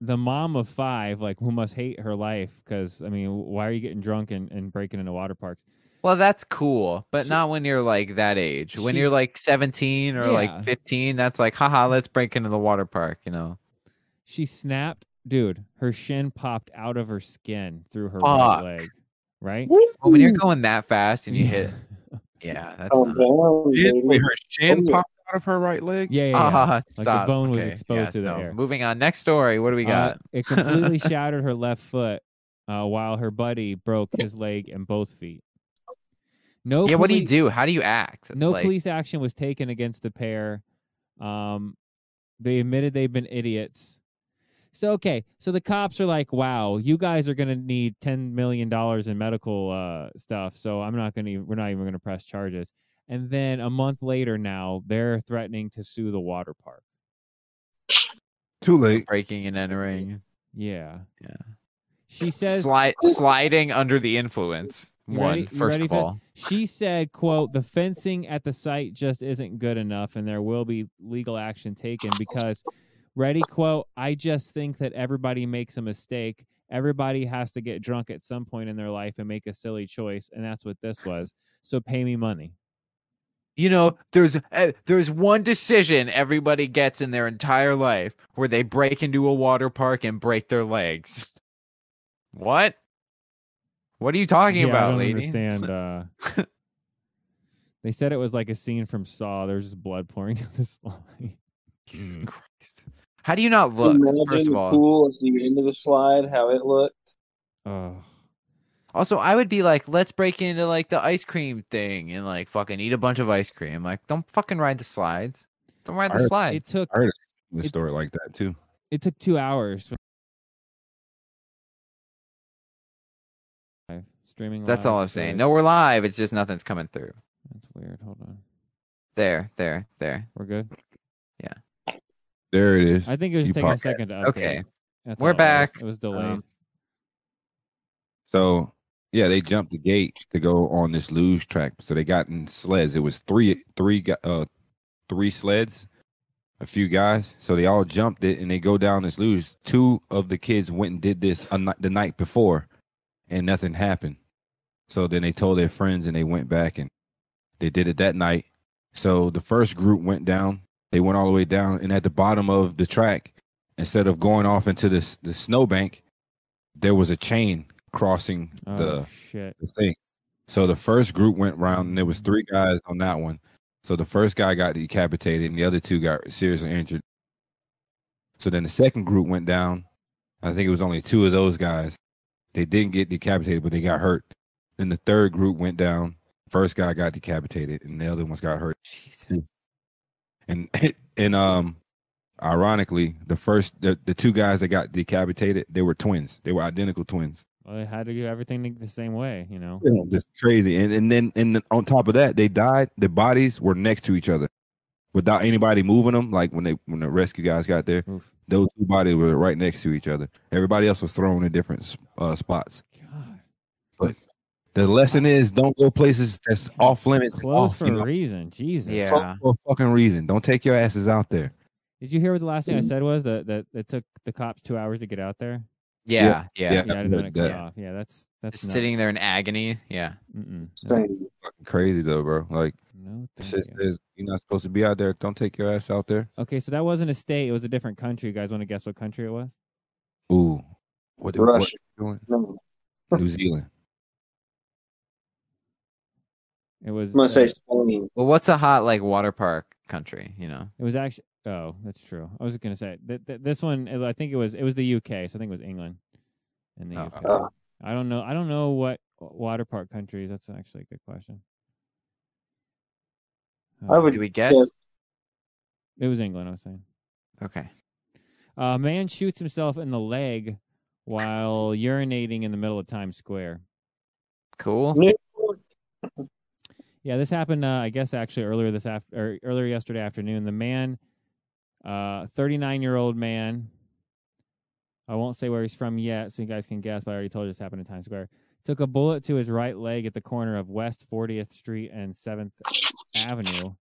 The mom of five, like who must hate her life, because I mean, why are you getting drunk and, and breaking into water parks? Well, that's cool, but She- not when you're like that age. When she- you're like 17 or Yeah. like 15, that's like, haha, let's break into the water park. You know. She snapped, dude. Her shin popped out of her skin through her right Fuck. leg. Right? Well, when you're going that fast and you hit, yeah, that's calm not. down, baby. Wait, her shin Oh, yeah. popped out of her right leg. Yeah, yeah, yeah. Ah, the stop. bone was Okay, exposed yes, to the no. air. Moving on. Next story. What do we Uh, got? it completely shattered her left foot, uh, while her buddy broke his leg and both feet. No, yeah. What do you poli- do? How do you act? No Like, police action was taken against the pair. Um, they admitted they've been idiots. So okay, so the cops are like, "Wow, you guys are gonna need ten million dollars in medical uh, stuff." So I'm not gonna, e- we're not even gonna press charges. And then a month later, now they're threatening to sue the water park. Too late. breaking and entering. Yeah, Yeah. She says, Sli- sliding under the influence. You One ready- first you ready of for this? all. She said, quote, the fencing at the site just isn't good enough and there will be legal action taken because ready, quote, I just think that everybody makes a mistake. Everybody has to get drunk at some point in their life and make a silly choice, and that's what this was. So pay me money. you know there's uh, there's one decision everybody gets in their entire life where they break into a water park and break their legs what what are you talking Yeah, I about don't lady understand. Uh, they said it was like a scene from Saw. There's just blood pouring down the slide. jesus christ how do you not look Imagine first of the all pool at the end of the slide, how it looked. Oh, also i would be like let's break into like the ice cream thing and like fucking eat a bunch of ice cream like don't fucking ride the slides don't ride the Alright. it slides took I heard a It- story like that too. it took two hours. Live, Streaming. that's live, all i'm saying good. no we're live it's just nothing's coming through That's weird. Hold on. there there there We're good. There it is. I think it was You taking a popped. second to update. Okay. That's We're all it was. back. It was delayed. Um, So yeah, they jumped the gate to go on this luge track. So they got in sleds. It was three, three, gu- uh, three sleds, a few guys. So they all jumped it and they go down this luge. Two of the kids went and did this a ni- the night before, and nothing happened. So then they told their friends and they went back and they did it that night. So the first group went down. They went all the way down and at the bottom of the track, instead of going off into this the snowbank, there was a chain crossing oh, the shit. the thing. So the first group went round, and there was three guys on that one. So the first guy got decapitated, and the other two got seriously injured. So then the second group went down, I think it was only two of those guys. They didn't get decapitated, but they got hurt. Then the third group went down. First guy got decapitated, and the other ones got hurt. Jesus. And and um, ironically, the first the, the two guys that got decapitated, they were twins. They were identical twins. Well, they had to do everything the- the same way, you know. Yeah, just crazy. And and then and then on top of that, they died. Their bodies were next to each other, without anybody moving them. Like when they when the rescue guys got there, Oof. those two bodies were right next to each other. Everybody else was thrown in different uh, spots. God, The lesson is don't go places that's off limits. closed off, for you a know, reason. Jesus. Yeah. fuck for a fucking reason. Don't take your asses out there. Did you hear what the last thing Mm-hmm. I said was? That that it took the cops two hours to get out there. Yeah, yeah. Yeah. Yeah, I'd have been heard cut that. off. Yeah, that's that's Just sitting there in agony. Yeah. Mm-mm. No, Same. Fucking crazy though, bro. Like no thank shit you. says you're not supposed to be out there. Don't take your ass out there. Okay, so that wasn't a state; it was a different country. You guys want to guess what country it was? Ooh, what what Russia. you doing? No. New Zealand. It was. I'm gonna uh, say Spain. Well, what's a hot like water park country? You know. It was actually. Oh, that's true. I was gonna say th- th- this one. it- I think it was. It was the UK. So I think it was England. And the Oh. UK. Oh. I don't know. I don't know what w- water park countries. That's actually a good question. I Uh, would Do we guess? guess It was England. I was saying. Okay. A man shoots himself in the leg while urinating in the middle of Times Square. Cool. New Yeah, this happened. Uh, I guess actually earlier this after or earlier yesterday afternoon. The man, thirty-nine year old man. I won't say where he's from yet, so you guys can guess. But I already told you this happened in Times Square. Took a bullet to his right leg at the corner of West Fortieth Street and Seventh Avenue,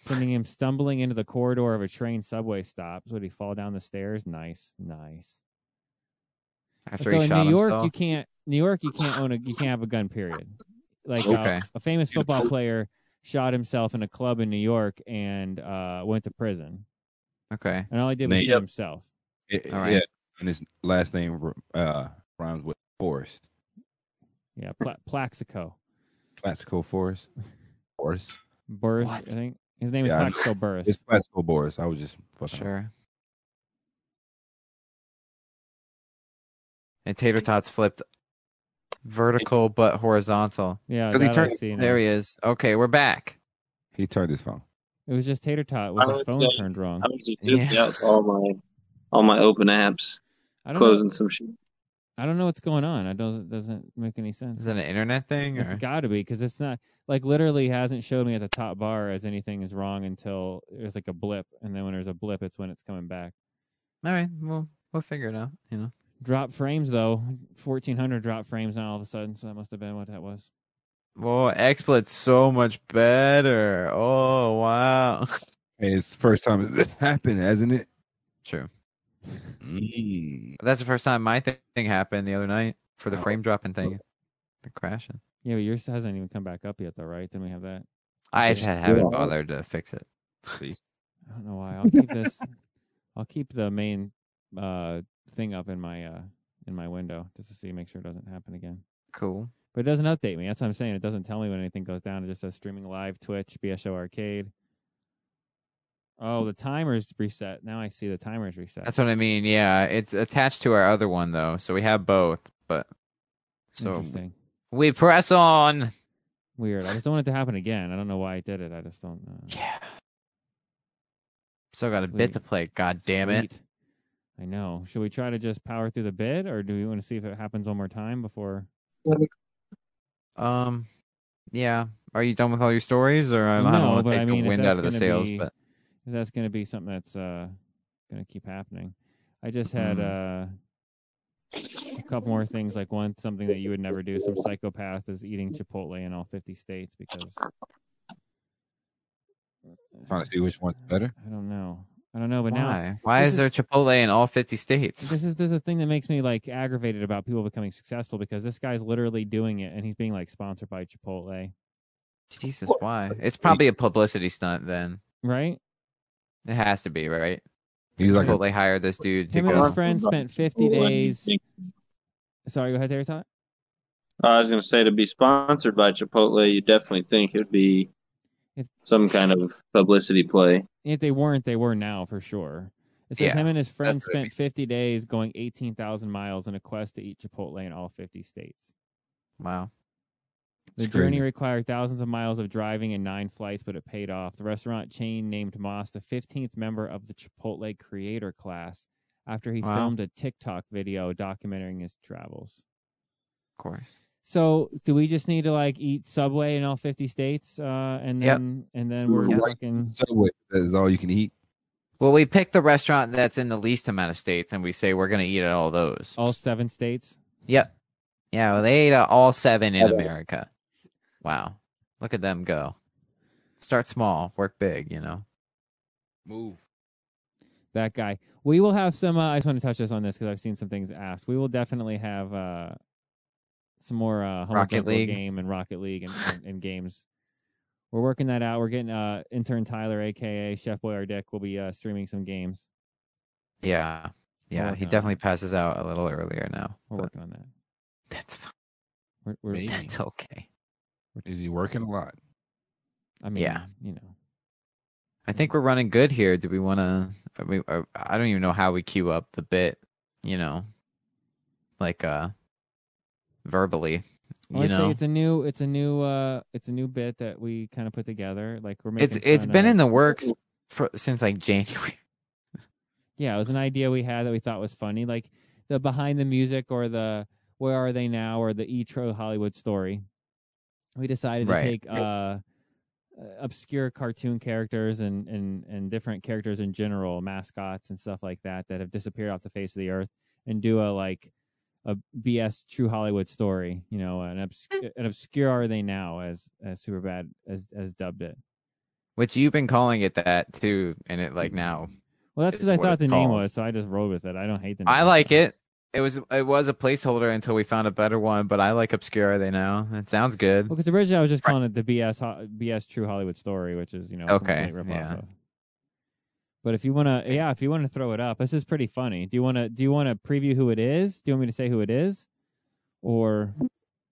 sending him stumbling into the corridor of a train subway stop. So did he fall down the stairs? Nice, nice. After so he in shot New York, himself? you can't. New York, you can't own a. You can't have a gun. Period. Like uh, Okay. a famous football player shot himself in a club in New York and uh, went to prison, Okay. and all he did was Nate. shoot Yep. himself. It- All right. Yeah, and his last name uh, rhymes with Forest. Yeah, Pla- Plaxico Classical Forest. Forest. Burris. What? I think his name is Yeah, I know. Plaxico Burris. It's classical Boris. I was just uh, fucking. Sure. And tater tots flipped vertical but horizontal. yeah, 'Cause he that I turned- see now. There he is. Okay, we're back. He turned his phone. It was just tater tot I with his would phone say- turned wrong. I was just Yeah. dipped out to all my all my open apps, I don't know. closing some shit. I don't know what's going on. It doesn't doesn't make any sense. Is it an internet thing? It's Or? got to be because it's not like literally hasn't showed me at the top bar as anything is wrong until there's like a blip, and then when there's a blip, it's when it's coming back. All right, well, we'll figure it out. You know. Drop frames though, fourteen hundred drop frames now all of a sudden, so that must have been what that was. Well, XSplit's so much better. Oh wow. And it's the first time it happened, hasn't it? True. Mm. That's the first time my thi- thing happened the other night for the frame dropping thing, the crashing. Yeah, but yours hasn't even come back up yet though, right? Then we have that. I Okay. just haven't bothered to fix it. I don't know why. I'll keep this. I'll keep the main uh thing up in my uh in my window just to see, make sure it doesn't happen again. Cool. But it doesn't update me. That's what I'm saying. It doesn't tell me when anything goes down. It just says streaming live, Twitch, BSO Arcade. Oh, the timer's reset. Now I see the timer's reset. That's what I mean. Yeah, it's attached to our other one though, so we have both. But so interesting. we press on. Weird. I just don't want it to happen again. I don't know why I did it. I just don't uh, know. Yeah. Still got a bit to Sweet. play. God damn it. Sweet. I know. Should we try to just power through the bid or do we want to see if it happens one more time before? Um, yeah. Are you done with all your stories, or I don't, No, want but to take I mean, if the wind that's out of the gonna sails? be- But If that's going to be something that's uh, going to keep happening. I just had Mm-hmm. uh, a couple more things like one, something that you would never do. Some psychopath is eating Chipotle in all 50 states because. Trying to see which one's better. I don't know. I don't know, but now why? Why this is there is- Chipotle in all fifty states? this is this is a thing that makes me like aggravated about people becoming successful because this guy's literally doing it and he's being like sponsored by Chipotle, Jesus, why? It's probably a publicity stunt. Then right? it has to be right. He's like, a, Chipotle hired this dude to Him and his go. friend spent 50 days. Sorry, go ahead, Terry. Todd. I was gonna say to be sponsored by Chipotle, you definitely think it'd be If- some kind of publicity play. If they weren't, they were now for sure. It says Yeah, him and his friend what it spent 50 days going 18,000 miles in a quest to eat Chipotle in all 50 states. Wow. The It's journey crazy. required thousands of miles of driving and nine flights, but it paid off. The restaurant chain named Moss the 15th member of the Chipotle creator class after he Wow. filmed a TikTok video documenting his travels. Of course. So, do we just need to like eat Subway in all 50 states uh and Yep. then and then we're Yeah. fucking Subway that is all you can eat. Well, we pick the restaurant that's in the least amount of states, and we say we're gonna eat at all those. all 7 states? Yep. Yeah, well, they ate at all seven in Okay. America. Wow. Look at them go. Start small, work big, you know. Move. that guy. We will have some. Uh, I just want to touch us on this because I've seen some things asked. We will definitely have uh, some more uh, Humble Rocket Bundle League. game and Rocket League and, and, and games. We're working that out. We're getting uh, intern Tyler, aka Chef Boyardee, will be uh, streaming some games. Yeah. Yeah. working He on it. definitely passes out a little earlier now. We're but working on that. that's fine. We're, we're, Maybe. That's okay. Is he working a lot? I mean, Yeah. you know, I think we're running good here. Do we want to? We, uh, I don't even know how we queue up the bit, you know, like uh, verbally. Well, you I'd say know, it's a new, it's a new, uh, it's a new bit that we kind of put together. Like we're making. it's it's fun been of- in the works for, since like January. yeah, it was an idea we had that we thought was funny, like the behind the music or the where are they now or the Etro Hollywood story. We decided Right. to take uh, obscure cartoon characters and, and and different characters in general, mascots and stuff like that that have disappeared off the face of the earth, and do a like a BS True Hollywood story, you know, an, obs- an obscure are they now as as Superbad as as dubbed it. Which you've been calling it that too, and it Mm-hmm. like now Well, that's Is because I what thought it's the name called. was, so I just rolled with it. I don't hate the name. I like so- it. It was it was a placeholder until we found a better one, but I like obscure. Are they now? It sounds good. Well, because originally I was just Right. calling it the BS Ho- BS True Hollywood Story, which is you know a Okay, complete ripoff yeah. of- But if you wanna, yeah, if you wanna throw it up, this is pretty funny. Do you wanna do you wanna preview who it is? Do you want me to say who it is? Or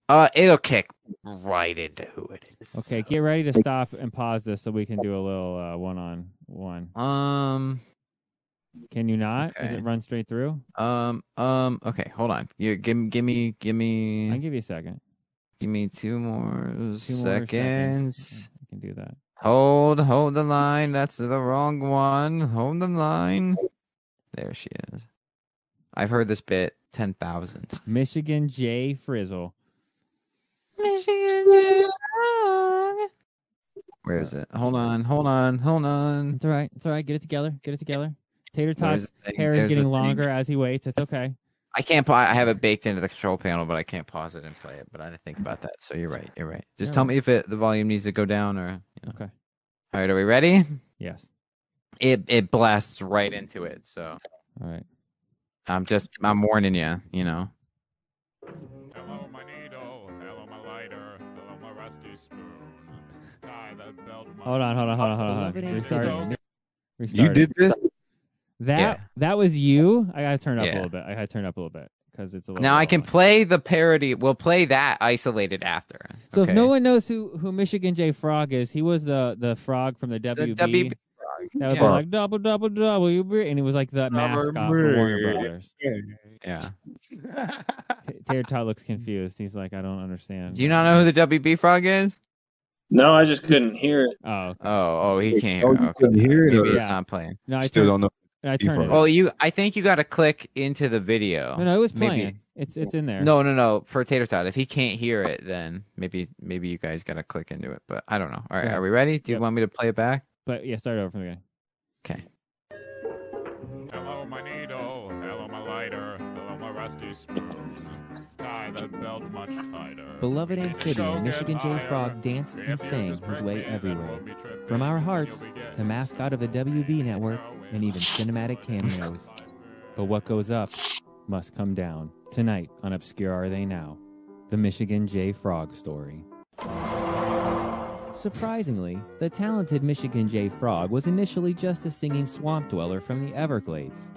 Uh, it'll kick right into who it is. okay, get ready to stop and pause this so we can do a little uh, one on one. Um. Can you not? Does Okay. it run straight through? Um. Um. Okay. Hold on. You give me. Give me. I Give can me. give you a second. Give me two more Two seconds. more seconds. I can do that. Hold. Hold the line. That's the wrong one. Hold the line. There she is. I've heard this bit ten thousand. Michigan J Frizzle. Where is it? Hold on, hold on, hold on. It's all right. It's all right. Get it together. Get it together. Tater There's Top's the thing, hair is there's the getting thing. longer as he waits. It's okay. I can't. Pa- I have it baked into the control panel, but I can't pause it and play it. But I didn't think about that. So you're right. You're right. Just You're tell right. me if it, the volume needs to go down or. You know. Okay. All right. Are we ready? Yes. It it blasts right into it. So All right. I'm just I'm warning you. You know. Hello, my needle. Hello, my lighter. Hello, my rusty spoon. Tie that belt. my- Hold on, hold on, hold on, hold on, hold on. Everything Restart. goes. Restart. You did this? that. Yeah. That was you. I gotta turn it up a Yeah. little bit. I gotta turn it up a little bit because it's a little. Now I can low. play the parody. We'll play that isolated after. So if no okay? one knows who who Michigan J Frog is, he was the the frog from the The WB. WB That would be yeah. like double double WB, and he was like the mascot for Warner Brothers. yeah. T- Tater Tot looks confused. He's like, I don't understand. Do you not know who the WB frog is? No, I just couldn't hear it. Oh Oh, oh, he can't hear. Oh, Oh, you okay. couldn't hear it, Maybe or- it's Yeah. not playing. no, I Still turned. don't know. I turned it. Well, you, I think you got to click into the video. No, no, it was maybe- playing. It's it's in there. No, no, no. For Tater Tot, if he can't hear it, then maybe maybe you guys got to click into it. But I don't know. All right, Yeah. are we ready? Do you Yep. want me to play it back? But yeah, start over from the beginning. Okay. Hello, my needle. Hello, my lighter. Hello, my rusty spoon. Tie that belt much tighter. Beloved Make the show amphibian Michigan get Oh, J. higher. Frog danced If and you sang just his break me, way then everywhere. we'll be tripping, From our and you'll hearts be getting to mascot of the WB network and even cinematic cameos. But what goes up must come down. Tonight on Obscure Are They Now? The Michigan J Frog Story. Surprisingly, the talented Michigan J. Frog was initially just a singing swamp dweller from the Everglades.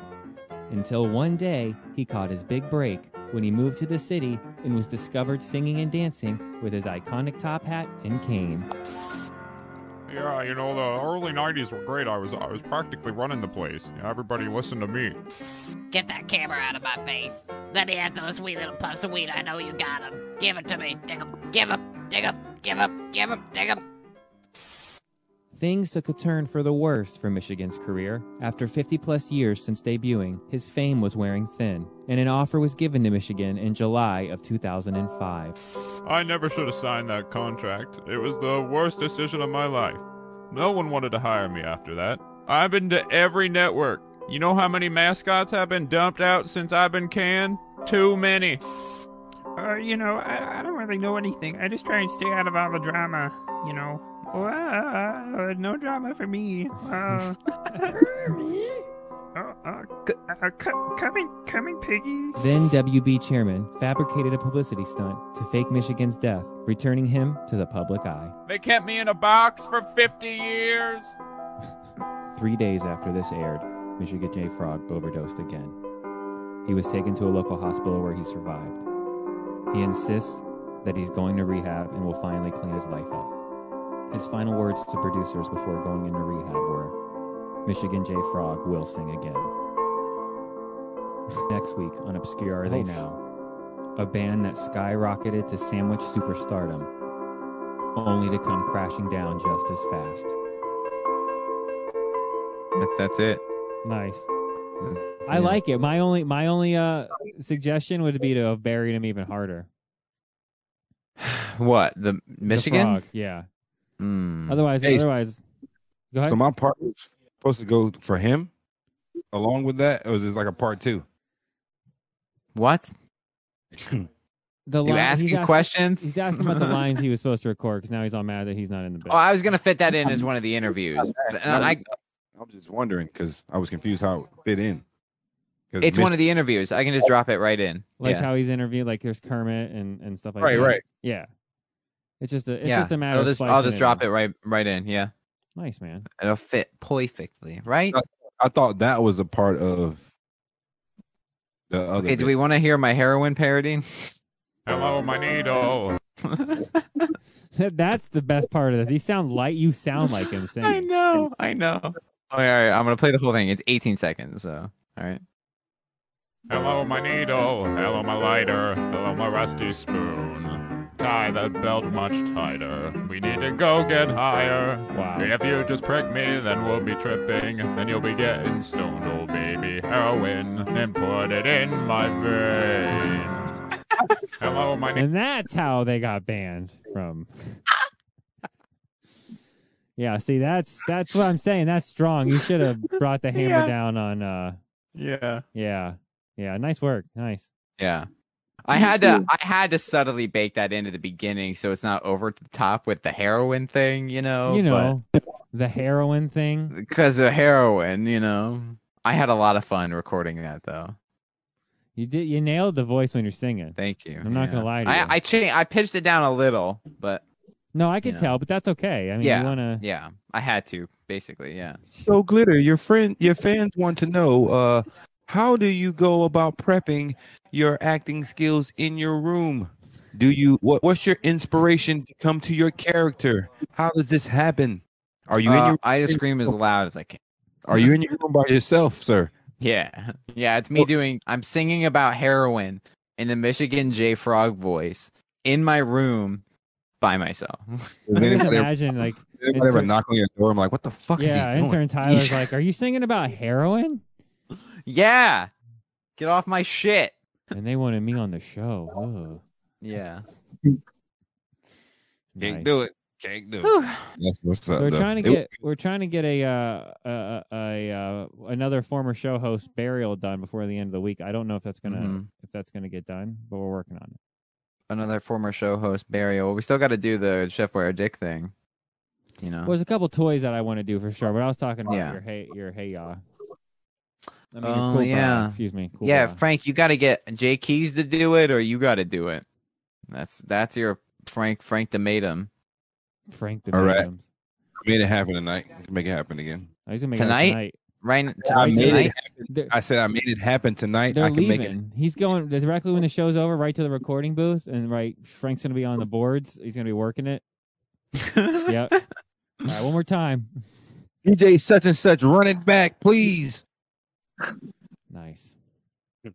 Until one day, he caught his big break when he moved to the city and was discovered singing and dancing with his iconic top hat and cane. If yeah, you know, the early '90s were great. I was, I was practically running the place. Everybody listened to me. Get that camera out of my face. Let me have those wee little puffs of weed. I know you got 'em. Give it to me. Dig 'em. Give 'em. Dig 'em. Give 'em. Give 'em. Dig 'em. Things took a turn for the worse for Michigan's career. After 50 plus years since debuting, his fame was wearing thin, and an offer was given to Michigan in July of 2005. I never should have signed that contract. It was the worst decision of my life. No one wanted to hire me after that. I've been to every network. You know how many mascots have been dumped out since I've been canned? Too many. Uh, you know, I, I don't really know anything. I just try and stay out of all the drama, you know. Uh, no drama for me. Uh, for me? Uh, uh, c- uh, c- coming, coming, piggy. Then WB chairman fabricated a publicity stunt to fake Michigan's death, returning him to the public eye. They kept me in a box for 50 years. Three days after this aired, Michigan J. Frog overdosed again. He was taken to a local hospital where he survived. He insists that he's going to rehab and will finally clean his life up. His final words to producers before going into rehab were Michigan J. Frog will sing again. Next week on Obscure Are They Oof. Now, a band that skyrocketed to sandwich superstardom, only to come crashing down just as fast. That- that's it. Nice. That's I it. like it. My only my only uh suggestion would be to have buried him even harder. what the The Michigan. frog, yeah. Hmm. Otherwise, Hey, otherwise, go ahead. So my part was supposed to go for him along with that, or is this like a part two? What? The You li- asking he's asking- questions? He's asking about the lines he was supposed to record because now he's all mad that he's not in the bit. Oh, I was gonna fit that in as one of the interviews. but- and I, I'm just wondering because I was confused how it fit in. it's one of the interviews. I can just drop it right in. like yeah. how he's interviewed, like there's Kermit and, and stuff like Right, that. right. Yeah. It's just a it's yeah. just a matter I'll of just, I'll splicing it just drop in. it right right in. Yeah, Nice man. it'll fit perfectly. Right. Uh, I thought that was a part of the other. Okay. Do bit. we want to hear my heroin parody? Hello, my needle. That's the best part of it. You sound light. You sound like him I saying. know. I know. All right, all right. I'm gonna play the whole thing. It's 18 seconds. So all right. Hello, my needle. Hello, my lighter. Hello, my rusty spoon. Tie that belt much tighter. We need to go get higher. Wow. If you just prick me, then we'll be tripping. Then you'll be getting stoned, old baby. Heroin, and put it in my vein. Hello, my name. And that's how they got banned from. yeah. See, that's that's what I'm saying. That's strong. You should have brought the hammer Yeah. down on. uh Yeah. Yeah. Yeah. Nice work. Nice. Yeah. I Me had to too. I had to subtly bake that into the beginning so it's not over the top with the heroin thing, you know. you know, the heroin thing. because of heroin, you know. I had a lot of fun recording that though. You did. You nailed the voice when you're singing. Thank you. I'm not gonna yeah. lie to I, you. I changed I pitched it down a little, but No, I could Yeah. tell, but that's okay. I mean, Yeah. you wanna. yeah, I had to basically, yeah. So glitter, your friend, your fans want to know, uh, how do you go about prepping your acting skills in your room? Do you what? What's your inspiration to come to your character? How does this happen? Are you in Uh, your I just scream as loud as I can. Are you in your room by yourself, sir? Yeah. Yeah, it's me doing I'm singing about heroin in the Michigan J Frog voice in my room by myself. Does I can just anybody, imagine like anybody ever intern- knock on your door? I'm like, what the fuck yeah, is he doing? intern Tyler's like, "Are you singing about heroin?" Yeah. Get off my shit. And they wanted me on the show. Whoa. Yeah. Can't Nice. do it. Can't do it. That's what's up. So we're though. trying to It- get we're trying to get a uh a, a, a uh, another former show host burial done before the end of the week. I don't know if that's gonna Mm-hmm. Mhm. if that's gonna get done, but we're working on it. Another former show host burial. We still got to do the chef wear a dick thing. You know. Well, there's a couple toys that I want to do for sure, but I was talking about Yeah. your hey your hey ya. I mean, your Oh, cool bra, yeah. Excuse me. Cool yeah, bra. Frank, you got to get Jay Keys to do it, or you got to do it. That's that's your Frank Frank Dematum. Frank. All right. DeMatteis. made it happen tonight. We can Make it happen again. Oh, he's gonna make it Tonight? tonight. Right n- I tonight, made it tonight? They're- I said I made it happen tonight. They're I can leaving. make it. He's going directly when the show's over, right to the recording booth, and right Frank's gonna be on the boards. He's gonna be working it. Yep. All right, one more time. DJ such and such, run it back, please. Nice. Hmm.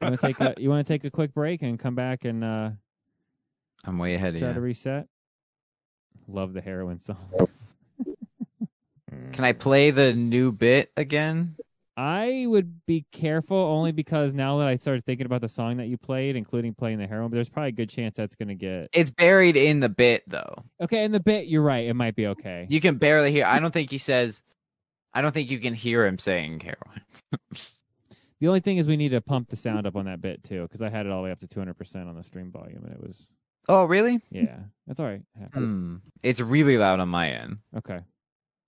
You want to take a you want to take a quick break and come back and uh, I'm way ahead of try to you. reset. Love the heroin song. Can I play the new bit again? I would be careful only because now that I started thinking about the song that you played, including playing the heroin, there's probably a good chance that's going to get It's buried in the bit though. okay. In the bit, you're right. It might be okay. You can barely hear. I don't think he says. I don't think you can hear him saying heroin. The only thing is we need to pump the sound up on that bit too, because I had it all the way up to 200 percent on the stream volume, and it was Oh, really? yeah, that's all right. Happens. Hmm. It's really loud on my end. Okay.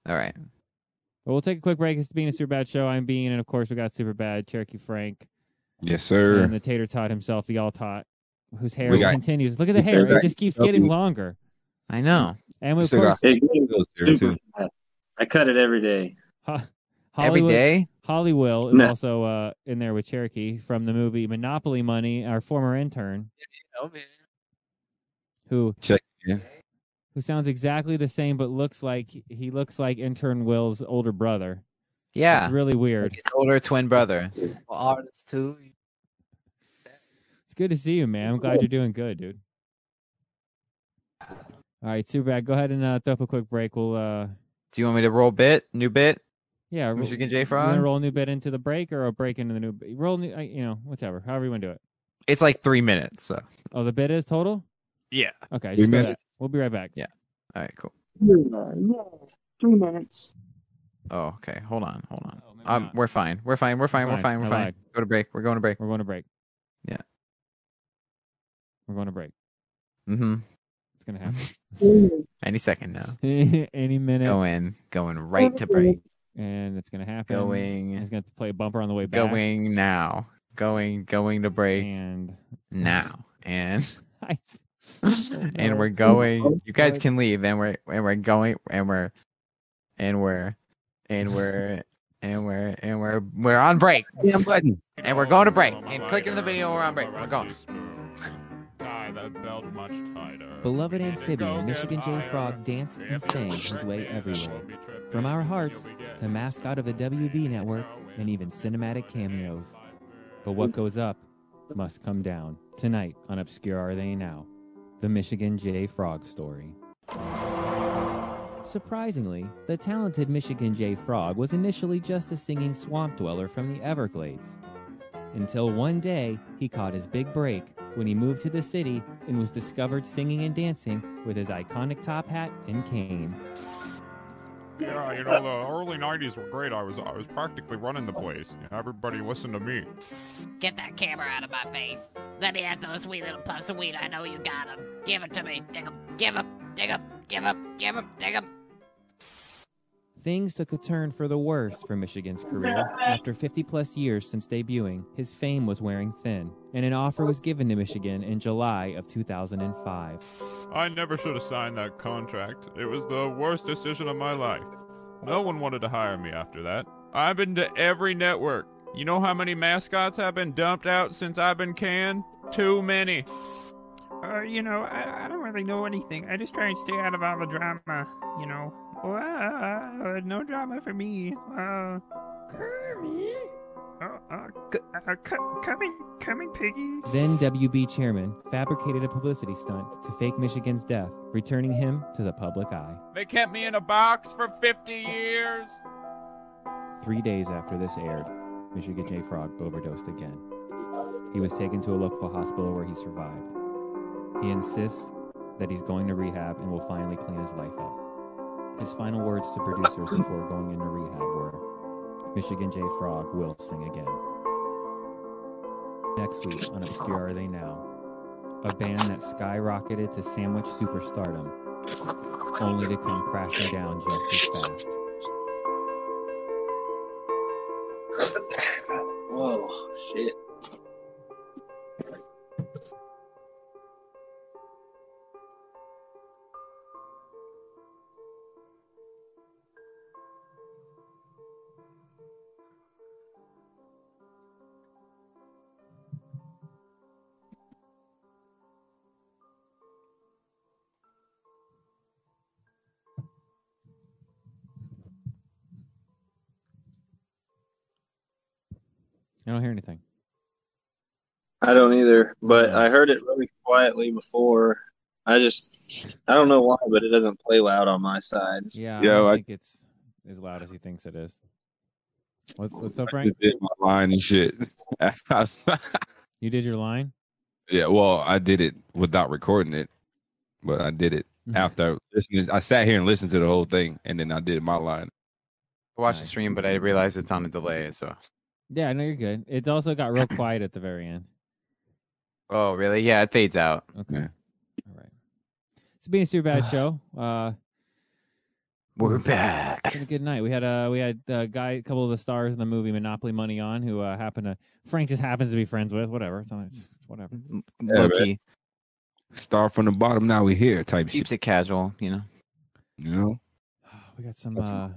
All right. Well, we'll take a quick break. It's being a super bad show. I'm being, and of course, we got super bad Cherokee Frank Yes, and sir. the Tater Tot himself, the All Tot, whose hair We got- continues. Look at the we hair; still it got- just keeps getting longer. I know. And We of still course, got Hey, those there too. I cut it every day. Ho- Every Hmm. Hollywood, day. Hollywood is No. also uh, in there with Cherokee from the movie Monopoly Money. Our former intern, who Check, yeah. who sounds exactly the same, but looks like he looks like intern Will's older brother. Yeah. It's really weird. Like his older twin brother. artists too. It's good to see you, man. I'm glad you're doing good, dude. All right, super bad. Go ahead and uh, throw up a quick break. We'll uh, Do you want me to roll bit? New bit? yeah, ro- Michigan J you wanna Frog? Roll a new bit into the break, or a break into the new b- roll. New, uh, you know, whatever. However you want to do it. It's like three minutes. So. Oh, the bit is total. Yeah. Okay, Three just do that. minutes. We'll be right back. Yeah. All right. Cool. Three minutes. Oh, okay. Hold on. Hold on. Oh, maybe Um, not. we're fine. We're fine. We're fine. We're fine. fine. We're I fine. lied. Go to break. We're going to break. We're going to break. Yeah. We're going to break. Mm-hmm. It's gonna happen Any second now. any minute, Going. Going right to break. and it's gonna happen. And Going. It's gonna have to play a bumper on the way back. Going now. Going. Going to break And now. And I, and we're going. You guys can leave. And we're and we're going. And we're and we're and we're and we're and we're we're on break. Damn button. And we're going to break. And click into the video. We're on break. We're going. Tie that belt much tighter. Beloved We need to go amphibian get Michigan J higher. Frog danced If and you sang trick his way me, then everywhere. we'll be tripping. From our You'll hearts be getting to mascot of the WB network and even cinematic cameos. but what goes up must come down tonight on Obscure Are They Now, the Michigan J Frog story. Surprisingly, the talented Michigan J. Frog was initially just a singing swamp dweller from the Everglades. Until one day, he caught his big break when he moved to the city and was discovered singing and dancing with his iconic top hat and cane. Yeah, you know the early '90s were great. I was I was practically running the place. Everybody listened to me. Get that camera out of my face. Let me have those wee little puffs of weed. I know you got 'em. Give it to me. Dig 'em. Give 'em. Dig 'em. Give 'em. Give 'em. Dig 'em. Things took a turn for the worse for Michigan's career. After 50 plus years since debuting, his fame was wearing thin, and an offer was given to Michigan in July of 2005. I never should have signed that contract. It was the worst decision of my life. No one wanted to hire me after that. I've been to every network. You know how many mascots have been dumped out since I've been canned? Too many. Uh, you know, I, I don't really know anything. I just try and stay out of all the drama, you know. Uh, no drama for me. Uh, Kermit? Uh, uh, c- uh, c- coming, coming, piggy. Then WB chairman fabricated a publicity stunt to fake Michigan's death, returning him to the public eye. They kept me in a box for 50 years. Three days after this aired, Michigan J. Frog overdosed again. He was taken to a local hospital where he survived. He insists that he's going to rehab and will finally clean his life up. His final words to producers before going into rehab were Michigan J. Frog will sing again. Next week on Obscure Are They Now, a band that skyrocketed to sandwich superstardom, only to come crashing down just as fast. Whoa, shit. I don't hear anything. I don't either, but I heard it really quietly before. I just, I don't know why, but it doesn't play loud on my side. Yeah, I Yo, don't I- think it's as loud as he thinks it is. What's, what's up, Frank? did my line and shit. You did your line. yeah, well, I did it without recording it, but I did it after listening. I sat here and listened to the whole thing, and then I did my line. I watched the stream, but I realized it's on a delay. So, Yeah, I know you're good. It's also got real quiet at the very end. oh really? Yeah, it fades out. Okay. All right. It's been a super bad show. Uh, We're back. It's been a good night. We had uh, we had a guy, a couple of the stars in the movie Monopoly Money on, who uh, happened to Frank just happens to be friends with. Whatever. It's, not- it's it's whatever. Yeah, man. Loki Start from the bottom. Now we here type shit. keeps it casual. You know, You know. We got some. Uh,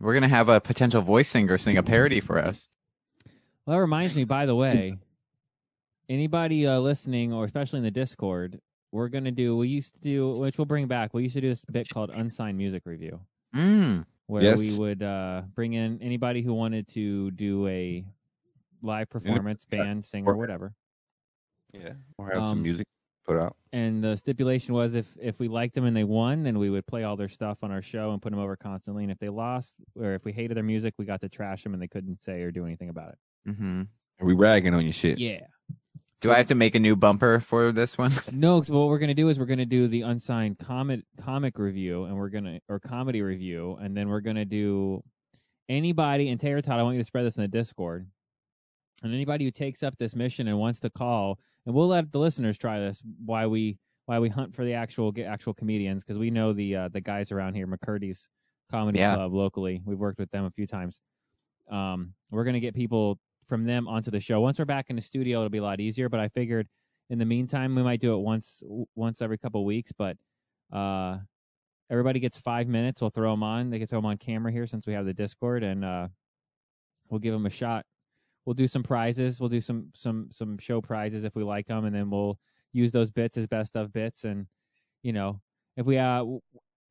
we're gonna have a potential voice singer sing a parody for us. Well, that reminds me, by the way, anybody uh, listening, or especially in the Discord, we're going to do, we used to do, which we'll bring back, we used to do this bit called Unsigned Music Review, Mm. where Yes. we would uh, bring in anybody who wanted to do a live performance, band, singer, whatever. Yeah. Or have Um, some music put out. And the stipulation was if, if we liked them and they won, then we would play all their stuff on our show and put them over constantly. And if they lost, or if we hated their music, we got to trash them and they couldn't say or do anything about it. Mm-hmm. Are we ragging on your shit? Yeah. Do I have to make a new bumper for this one? No, 'cause what we're gonna do is we're gonna do the unsigned comic comic review, and we're gonna or comedy review, and then we're gonna do anybody and Taylor Todd. I want you to spread this in the Discord, and anybody who takes up this mission and wants to call, and we'll let the listeners try this. Why we why we hunt for the actual get actual comedians because we know the uh, the guys around here, McCurdy's Comedy Yeah. Club locally. We've worked with them a few times. Um, we're gonna get people from them onto the show. Once we're back in the studio, it'll be a lot easier. But I figured in the meantime, we might do it once w- once every couple weeks. But uh, everybody gets five minutes. We'll throw them on. They can throw them on camera here since we have the Discord, and uh, we'll give them a shot. We'll do some prizes. We'll do some some some show prizes if we like them, and then we'll use those bits as best of bits. And you know, if we uh, w-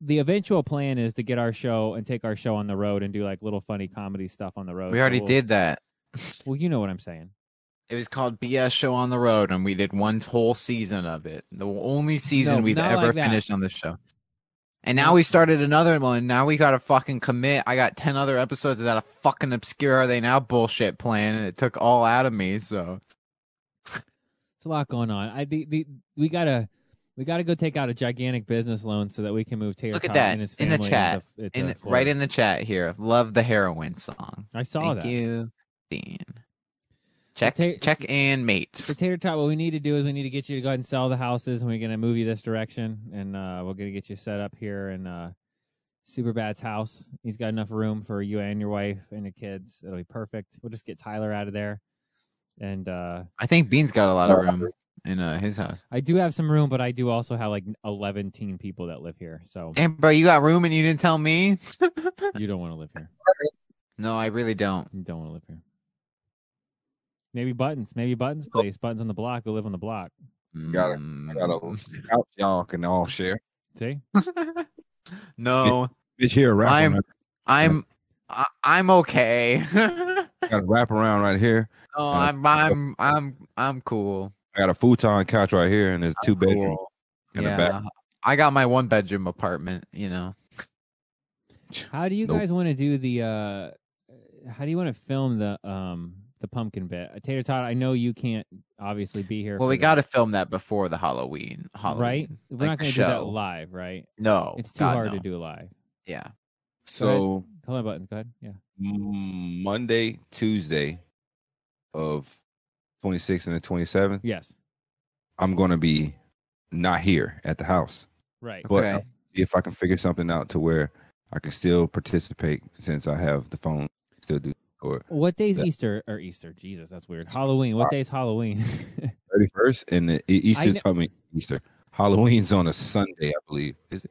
the eventual plan is to get our show and take our show on the road and do like little funny comedy stuff on the road. We So already we'll- did that. Well, you know what I'm saying. It was called BS Show on the Road, and we did one whole season of it. The only season No, we've not ever like that. finished on this show. And now we started another one. Now we got to fucking commit. I got 10 other episodes of that fucking obscure Are They Now bullshit plan, and it took all out of me. So, It's a lot going on. I the, the we gotta we gotta go take out a gigantic business loan so that we can move Taylor look at Tot that and his in family the chat. into- into in the- right Florida. in the chat here. Love the heroin song. I saw Thank that. you, Dean. Check, ta- check and mate. For Tater Tot, what we need to do is we need to get you to go ahead and sell the houses, and we're gonna move you this direction, and uh, we're gonna get you set up here in uh, Superbad's house. He's got enough room for you and your wife and your kids. It'll be perfect. We'll just get Tyler out of there, and uh, I think Bean's got a lot of room in uh, his house. I do have some room, but I do also have like eleven teen people that live here, so Damn, bro, you got room and you didn't tell me? you don't want to live here. No, I really don't. You don't want to live here. Maybe buttons. Maybe buttons place. Buttons on the block. Go live on the block. Got it. Mm. I got a couch y'all can all share. See? No, Bitch here, wrap I'm- around. I'm I, I'm okay. no, Got a wrap around right here. I'm I'm I'm I'm cool. I got a futon couch right here, and there's two bedrooms Cool. in the Yeah, back. I got my one bedroom apartment. You know, How do you Nope. guys want to do the? uh How do you want to film the um the pumpkin bit? Uh, Tater Todd, I know you can't obviously be here. well, for we the- got to film that before the Halloween. Halloween, right. We're like, not going to do show. that live, right? No, it's too God, hard to no. do live. Yeah, So Go ahead. Hold on, buttons. Go ahead. Yeah. mm, Monday, Tuesday, of 26th and the 27th, Yes. I'm gonna be not here at the house. Right. But Okay. I'll see if I can figure something out to where I can still participate since I have the phone. Still do or What day's Yeah. Easter or Easter? Jesus, that's weird. Halloween. Uh, What day's Halloween? 31st, and the E- I Easter's kn- coming. Easter, Halloween's on a Sunday, I believe. Is it?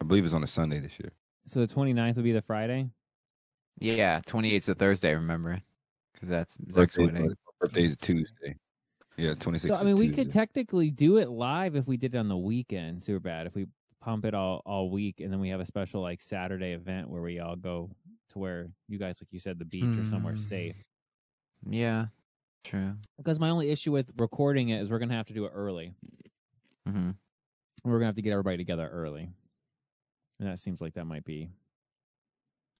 I believe it's on a Sunday this year. so the 29th would be the Friday. yeah. Twenty eighth is Thursday. Remember, because that's Zach's Birthday's wedding. on- birthday's Tuesday. Yeah, 26th. So I is mean, we Tuesday. could technically do it live if we did it on the weekend. Super bad if we pump it all all week, and then we have a special like Saturday event where we all go to where you guys, like you said, the beach or somewhere Hmm. safe. Yeah, True. Because my only issue with recording it is we're gonna have to do it early. Mm-hmm. We're gonna have to get everybody together early, and that seems like that might be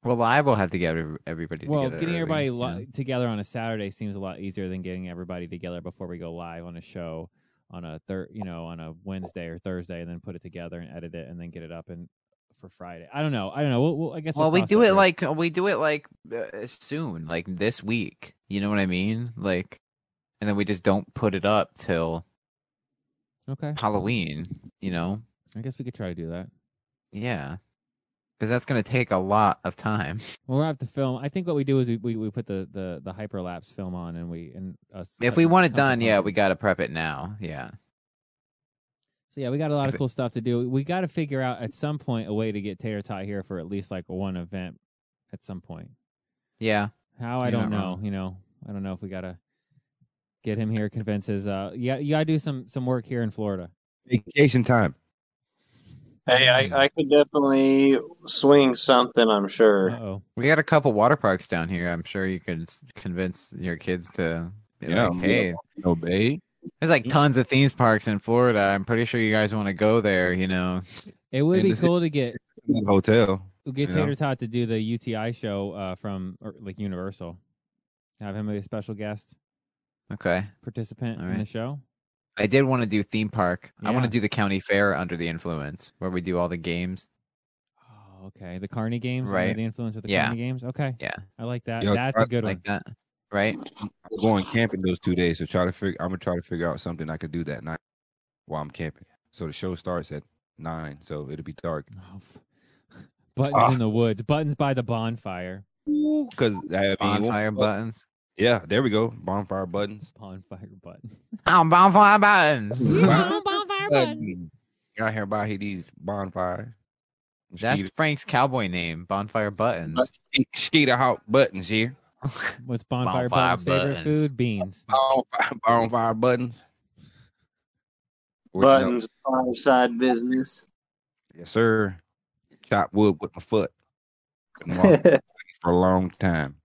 Well, I will have to get every- everybody well. together. Getting early, everybody you li- know? together on a Saturday seems a lot easier than getting everybody together before we go live on a show on a third, you know, on a Wednesday or Thursday, and then put it together and edit it and then get it up and for Friday. I don't know. I don't know. We'll, we'll, I guess. Well, we cross do that it bridge. like we do it like uh, soon, like this week. You know what I mean? Like, and then we just don't put it up till okay. Halloween. You know? I guess we could try to do that. Yeah, because that's gonna take a lot of time. Well, we'll have to film. I think what we do is we, we, we put the, the, the hyperlapse film on and we and us If cut- we want it cut the done, yeah, we pumpkins. gotta prep it now. Yeah. So yeah, we got a lot if of it- cool stuff to do. We got to figure out at some point a way to get Tater Tot here for at least like one event at some point. Yeah. How I You're don't know. not wrong. You know, I don't know if we gotta get him here. Convince his uh, yeah, you gotta do some some work here in Florida. Vacation time. Hey, I, I could definitely swing something, I'm Uh sure. oh. We got a couple water parks down here. I'm sure you can s- convince your kids to. be Yeah, Mm. like, we hey, No babe. there's like tons of theme parks in Florida. I'm pretty sure you guys want to go there. You know, It would And be this is- cool to get Hotel. get Yeah. Tater Tot to do the UTI show uh, from or, like Universal. Have him be a special guest okay. participant in the Alright. show. I did want to do theme park. I want Yeah. to do the county fair under the influence, where we do all the games. Oh, okay. The Carney games, under Right. The influence of the Yeah. Carney games. Okay, Yeah, I like that. Yo, That's a I'd good like one. that, right? I'm going camping those two days, so try to figure. I'm gonna try to figure out something I could do that night while I'm camping. So the show starts at nine, so it'll be dark. Oh, f- Buttons Ah. in the woods. Buttons by the bonfire. Because I mean, it won't- Bonfire buttons. Yeah, there we go. Bonfire buttons. Bonfire buttons. Oh, bonfire buttons. bonfire buttons. Got here by these bonfires. That's Frank's cowboy name. Bonfire buttons. Skeeter Hawk buttons here. What's bonfire, Bonfire buttons, favorite buttons. food? Beans. Bonfire, bonfire buttons. What you know? Buttons, five side business. Yes, sir. Chop wood with my foot. Been walking for a long time.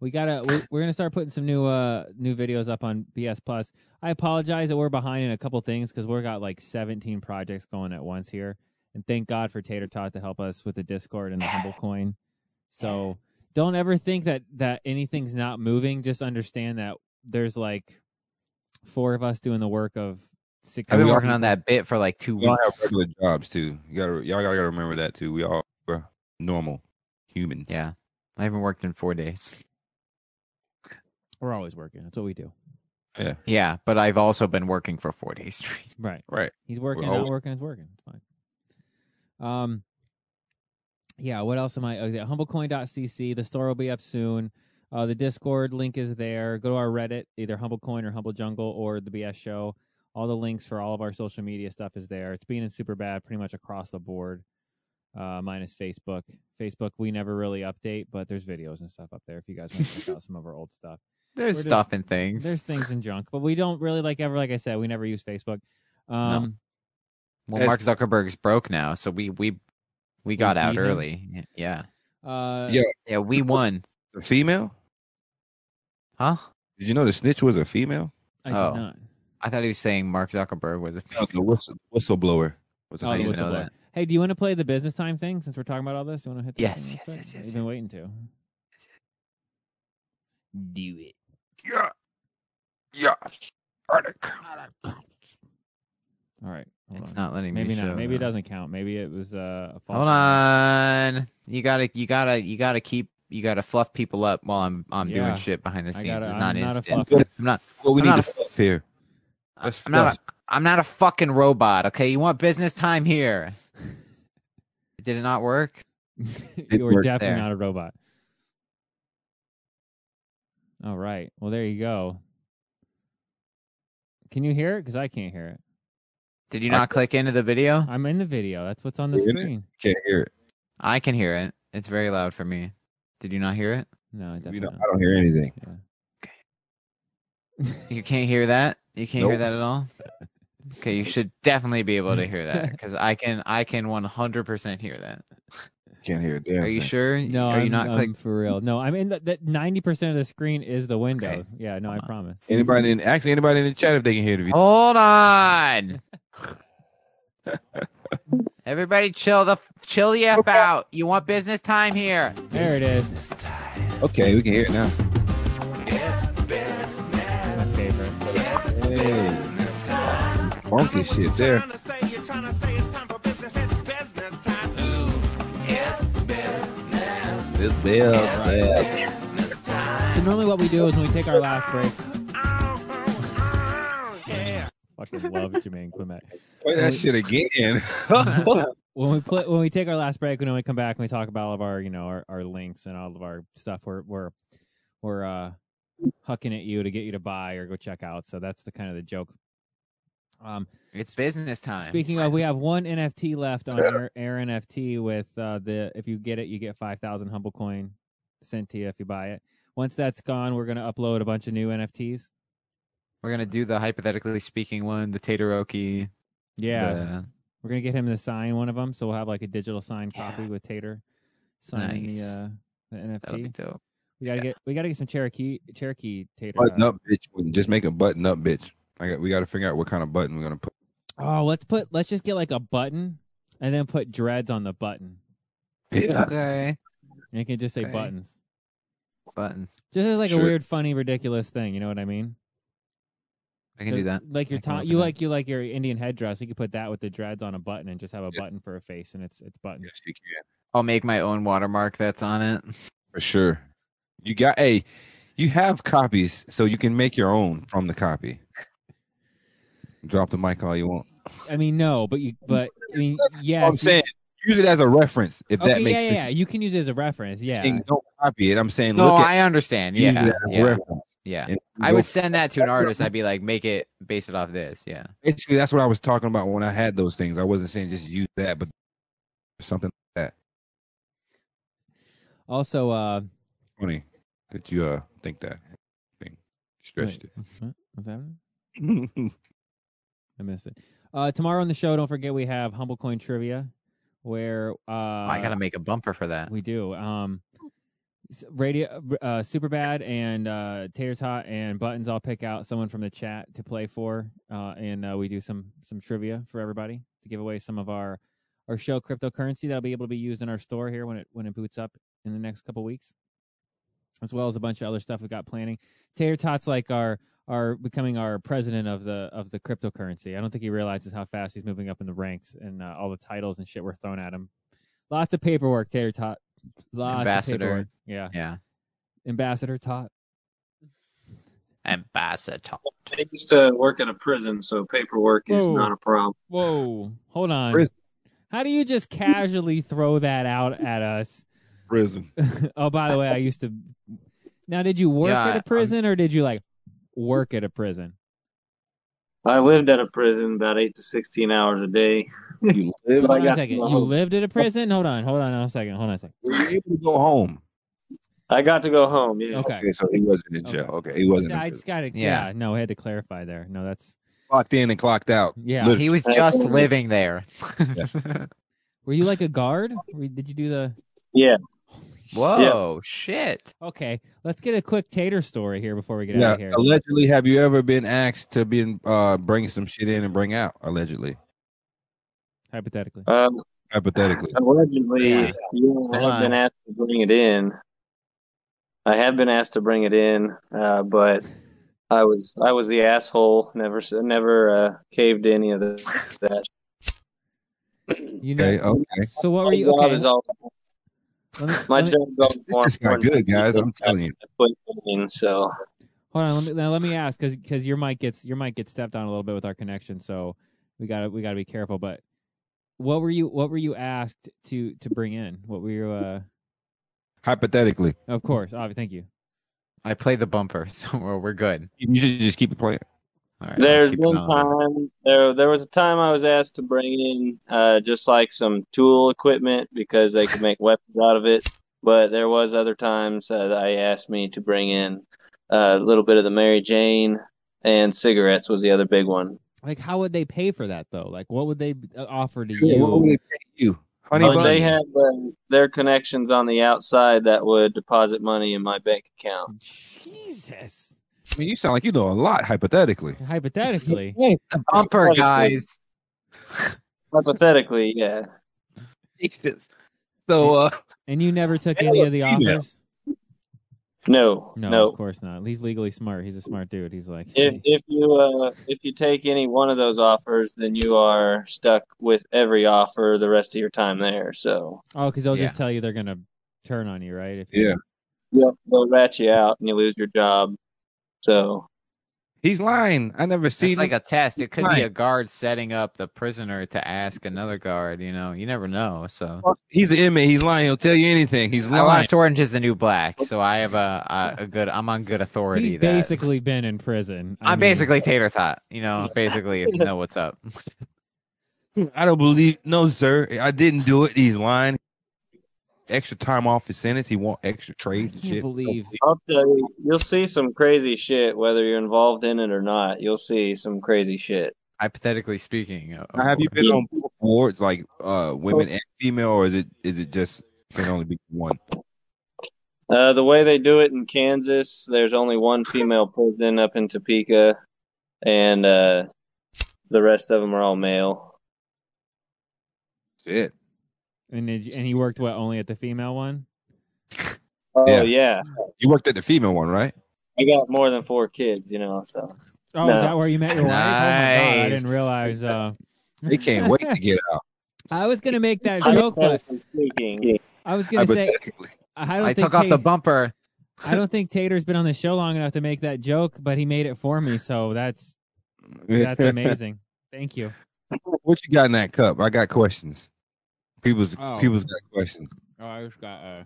We gotta. We're, we're gonna start putting some new uh new videos up on BS Plus. I apologize that we're behind in a couple things because we're got like 17 projects going at once here, and thank God for Tater Tot to help us with the Discord and the Humble Coin. So don't ever think that that anything's not moving. Just understand that there's like four of us doing the work of six. I've And been we all- working on that bit for like two We all have weeks. regular jobs too. You gotta, y'all gotta, gotta remember that too. We all we're normal humans. Yeah, I haven't worked in four days. We're always working. That's what we do. Yeah, but I've also been working for four days straight. Right. Right. He's working, always- not working, it's working. It's fine. Um yeah, what else am I oh, yeah, humblecoin.cc. The store will be up soon. Uh the Discord link is there. Go to our Reddit, either Humblecoin or Humble Jungle or the BS show. All the links for all of our social media stuff is there. It's being in super bad pretty much across the board. Uh minus Facebook. Facebook we never really update, but there's videos and stuff up there if you guys want to check out some of our old stuff. There's We're just- stuff and things. There's things and junk, but we don't really like ever like I said, we never use Facebook. Um Well, As- Mark Zuckerberg's broke now, so we we we got out beat him? early. Y- Yeah, Uh, Yeah. yeah, we won, The female? huh? Did you know the snitch was a female? I did Oh. not. I thought he was saying Mark Zuckerberg was a. The whistle, whistleblower. Was a Oh, the didn't female. whistle- know whistleblower. that. Hey, do you want to play the business time thing since we're talking about all this? You want to hit? that thing Yes, real yes, quick? yes, I've yes, been waiting to. Do it. Yeah. Yeah. Arctic. All right, hold It's on. not letting Maybe me. not. show Maybe it that. doesn't count. Maybe it was uh, a false. Hold on. You gotta. You gotta. You gotta keep. You gotta fluff people up while I'm. I'm Yeah. doing shit behind the I scenes. gotta- it's I'm not not a instant. fluffer. I'm not. Well, we I'm need not to fuck here. That's I'm not. A, I'm not a fucking robot. Okay, you want business time here? Did it not work? you were work definitely there. not a robot. All right. Well, there you go. Can you hear it? Because I can't hear it. Did you I- not click into the video? I'm in the video. That's what's on the You're in it? screen. can't hear it. I can hear it. It's very loud for me. Did you not hear it? No, definitely We don't, not. I don't hear anything. You can't hear that. You can't hear Nope. that at all. Okay, you should definitely be able to hear that because I can. I can 100% hear that. Can't hear a damn Are you thing. sure? No, Are I'm, you not I'm clicking? for real. No, I mean that ninety percent of the screen is the window. Yeah, no, I promise. Anybody in actually anybody in the chat if they can hear the video. Hold on. Everybody, chill the chill the f out. You want business time here? There it is. Okay, we can hear it now. My favorite. Hey. Funky shit there. This bell, bell. So normally what we do is when we take our last break. Fucking love Jermaine Clement. Play that shit again. When we play, when we take our last break, when we come back, and we talk about all of our, you know, our, our links and all of our stuff. We're we're we're uh, hucking at you to get you to buy or go check out. So that's the kind of the joke. Um, It's business time. Speaking of, we have one NFT left on Air, Air NFT with uh, the if you get it, you get five thousand humble coin sent to you if you buy it. Once that's gone, we're gonna upload a bunch of new NFTs. We're gonna do the hypothetically speaking one, the Tataroki. Yeah, the- we're gonna get him to sign one of them, so we'll have like a digital signed copy with Tater signing Nice. the uh, the NFT. that'll be dope. We gotta get we gotta get some Cherokee Cherokee Tater. Button uh, up, bitch. Just make a button up, bitch. I got. We got to figure out what kind of button we're gonna put. Oh, let's put let's just get like a button and then put dreads on the button. Yeah. Okay. And it can just say Okay. buttons. Buttons. Just as like Sure. a weird, funny, ridiculous thing. You know what I mean? I can do There's- that. Like your I can Tom, work you with that. like you like your Indian headdress. You could put that with the dreads on a button and just have a Yeah. button for a face, and it's it's buttons. Yes, you can I'll make my own watermark that's on it. for sure. You got a. You have copies, so you can make your own from the copy. Drop the mic all you want. I mean, no, but you but I mean, yes. I'm saying use it as a reference if okay, that makes yeah, yeah, sense. yeah. You can use it as a reference. Yeah, And don't copy it. I'm saying No, look at I understand. use it Yeah, as a yeah, reference. yeah. And I go would send that to an artist. I'd be like, make it base it off this. Yeah. basically that's what I was talking about when I had those things. I wasn't saying just use that, but something like that Also, uh, funny that you uh think that thing stretched wait, what? what's happening? it. I missed it. Uh, tomorrow on the show, don't forget we have humble coin trivia, where uh, I gotta make a bumper for that. We do. Um, s- radio, uh, super bad, and uh, taters hot, and buttons. I'll pick out someone from the chat to play for, uh, and uh, we do some some trivia for everybody to give away some of our our show cryptocurrency that'll be able to be used in our store here when it when it boots up in the next couple weeks, as well as a bunch of other stuff we got planning. Tater Tot's like our our becoming our president of the of the cryptocurrency. I don't think he realizes how fast he's moving up in the ranks and uh, all the titles and shit were thrown at him. Lots of paperwork, Tater Tot. Lots Ambassador. Of paperwork. Yeah. Yeah. Ambassador Tot. Ambassador. I used to work at a prison, so paperwork is Whoa. not a problem. Whoa. Hold on. Prison. How do you just casually throw that out at us? Prison. oh, by the way, I used to. Now, did you work Yeah, at I'm- a prison or did you like work at a prison? I lived at a prison about eight to sixteen hours a day. You live Hold I on a got second. to You go- lived at a prison? Hold on. Hold on a second. Hold on a second. were you able to go home? I got to go home. Yeah. Okay. Okay, so he wasn't in Okay. jail. Okay, he wasn't in I prison. just got to. Yeah. Yeah. No, I had to clarify there. No, that's. clocked in and clocked out. Yeah. Literally. He was I just totally- living there. Were you like a guard? Were- Did you do the. Yeah. Whoa, shit. Okay, let's get a quick tater story here before we get out yeah. of here. Allegedly, have you ever been asked to be in, uh bring some shit in and bring out? Allegedly, Hypothetically. Uh, hypothetically. allegedly, Yeah. yeah. I have on. been asked to bring it in. I have been asked to bring it in, uh, but I was I was the asshole. Never s- never uh, caved to any of the, that. You know. Okay, okay. So what were My you? job Okay. is all let me- my let me- job is all This just got good, guys. I'm telling you. you. So hold on. Let me now let me ask because your mic gets your mic gets stepped on a little bit with our connection, so we gotta we gotta be careful. But what were you what were you asked to to bring in? What were you? Uh, Hypothetically, of course. Oh, thank you. I played the bumper, so we're, we're good. you should just keep it playing. All right, I'll There's keep been an eye on it. time there there was a time I was asked to bring in uh just like some tool equipment because they could make weapons out of it. But there was other times uh, that I asked me to bring in uh, a little bit of the Mary Jane and cigarettes was the other big one. Like, how would they pay for that though? Like, what would they uh, offer to Yeah, what would you? it take you? Honey but Bunny. they have uh, their connections on the outside that would deposit money in my bank account. Jesus. I mean, you sound like you know a lot hypothetically. Hypothetically. Hey, the bumper guys. Hypothetically, yeah. So, uh, and you never took any of the female. offers? No, no, no. of course not. He's legally smart. He's a smart dude. He's like, If if you uh, if you take any one of those offers, then you are stuck with every offer the rest of your time there. So oh, because they'll Yeah. just tell you they're gonna turn on you, right? If Yeah. yep, they'll rat you out and you lose your job. So he's lying. I never seen. It's like him. a test. It could be a lying. guard setting up the prisoner to ask another guard. You know, you never know. So He's an inmate. He's lying. He'll tell you anything. He's I lying. watched Orange is the New Black, so I have a, a, a good. I'm on good authority. he's that- basically been in prison. I I'm mean, basically tater tot. You know, basically, if you know what's up. I don't believe. No, sir. I didn't do it. He's lying. Extra time off his sentence. He want extra trades. and shit. I'll tell you, you'll see some crazy shit whether you're involved in it or not. You'll see some crazy shit. Hypothetically speaking, uh, of Now, have you course. been on both boards, like uh, women and female, or is it is it just can only be one? Uh, the way they do it in Kansas, there's only one female prison up in Topeka, and uh, the rest of them are all male. Shit. And did you- and he worked what only at the female one? Oh Yeah. yeah. You worked at the female one, right? I got more than four kids, you know. So Oh, is No. that where you met your wife? Oh my god, I didn't Nice. realize. Uh, They can't wait to get out. I was gonna make that I joke, but was thinking- I was gonna say Hypothetically. I don't I think took off the Tate- bumper. I don't think Tater's been on the show long enough to make that joke, but he made it for me, so that's that's amazing. Thank you. What you got in that cup? I got questions. People's Oh. people's got questions. Oh, I just got uh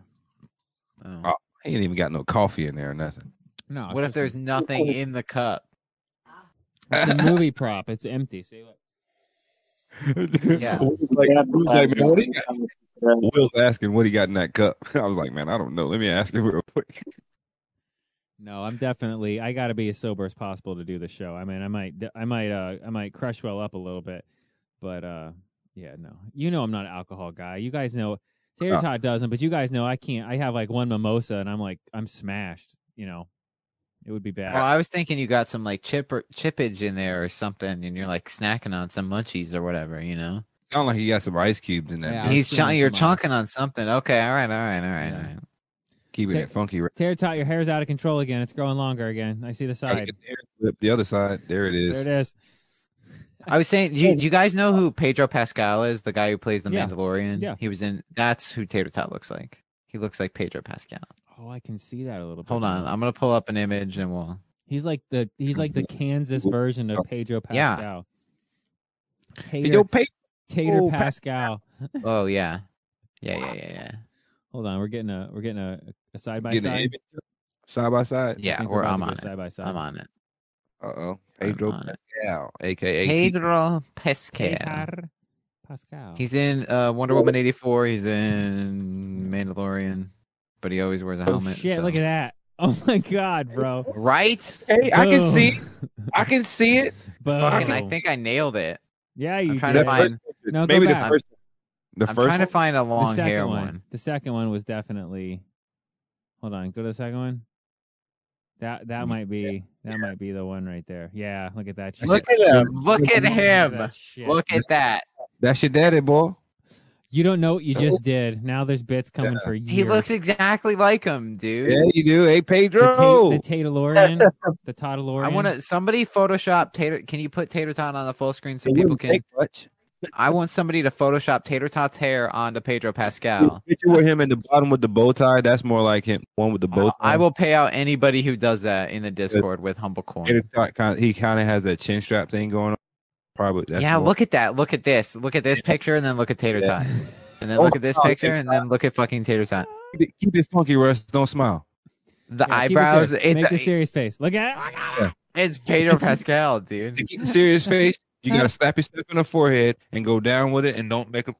Oh, I ain't even got no coffee in there or nothing. no. What if there's nothing in the cup? it's a movie prop? It's empty. See, look. Yeah. Like, like, man, what he got? Will's asking what he got in that cup. I was like, man, I don't know. Let me ask him real quick. No, I'm definitely. I got to be as sober as possible to do the show. I mean, I might, I might, uh, I might crush well up a little bit, but uh, yeah, no. You know, I'm not an alcohol guy. You guys know, Tater Oh. Tot doesn't, but you guys know I can't. I have like one mimosa, and I'm like, I'm smashed. You know, it would be bad. Well, I was thinking you got some like chip or chippage in there or something, and you're like snacking on some munchies or whatever, you know. Sound like he got some ice cubes in that. And bitch. He's chun- you're chunking on something. Okay, all right, all right, all right, all right. keeping Ta- it funky. Right? Tater Tot, your hair's out of control again. It's growing longer again. I see the side. Flip The other side, there it is. There it is. I was saying, do you, do you guys know who Pedro Pascal is? The guy who plays the Yeah. Mandalorian. Yeah. he was in. That's who Tater Tot looks like. He looks like Pedro Pascal. Oh, I can see that a little bit. Hold on, now. I'm gonna pull up an image and we'll. He's like the he's like the Kansas version of Pedro Mm-hmm. Oh, Yeah. Pascal. yo, Tater, Pe- Tater oh, Pa- Pascal. Oh yeah, yeah, yeah, yeah, yeah. Hold on, we're getting a we're getting a, a side by Getting an side. image side by side. Yeah, think we're, we're about I'm to go on it. side by side. I'm on it. Uh oh, Pedro on it. Pascal, aka Uh-huh. Pedro Pascal. Tater Pascal. He's in uh, Wonder Woman '84. He's in Mandalorian, but he always wears a oh helmet. shit! so- Look at that. Oh my god, bro. Right? Hey, I can Boom. see, I can see it. Boom. Fucking, I think I nailed it. Yeah, you I'm trying did. to find. No, Maybe go the back. first. The I'm first. trying to one? find a The long second hair one. one. The second one was definitely. Hold on, go to the second one. That that might be that might be the one right there. Yeah, look at that shit. Look at him! Look at him! that shit. Look at that! That's your daddy, boy. You don't know what you just did. Now there's bits coming for years. He looks exactly like him, dude. Yeah, you do. Hey, the, ta- Pedro. the Tatalorian, the Toddalorian. I want to. Somebody Photoshop Tater. Can you put Tater Tot on the full screen so It people wouldn't can? take much. I want somebody to Photoshop Tater Tot's hair onto Pedro Pascal. Picture with him in the bottom with the bow tie. That's more like him. One with the bow tie. Uh, I will pay out anybody who does that in the Discord with humble Tater coin. Tot kinda- he kind of has that chin strap thing going on. Probably. That's Yeah, more- look at that. Look at this. Look at this picture, and then look at Tater Yeah. Tot, and then Oh, look at this wow, picture, Tater and then look at fucking Tater Tot. Keep it- keep it funky, Russ. Don't smile. The Yeah, keep it eyebrows. serious. It's, Make the serious face. Look at look at it. it's Pedro Pascal, dude. To keep a serious face, you gotta slap your step in the forehead and go down with it, and don't make him.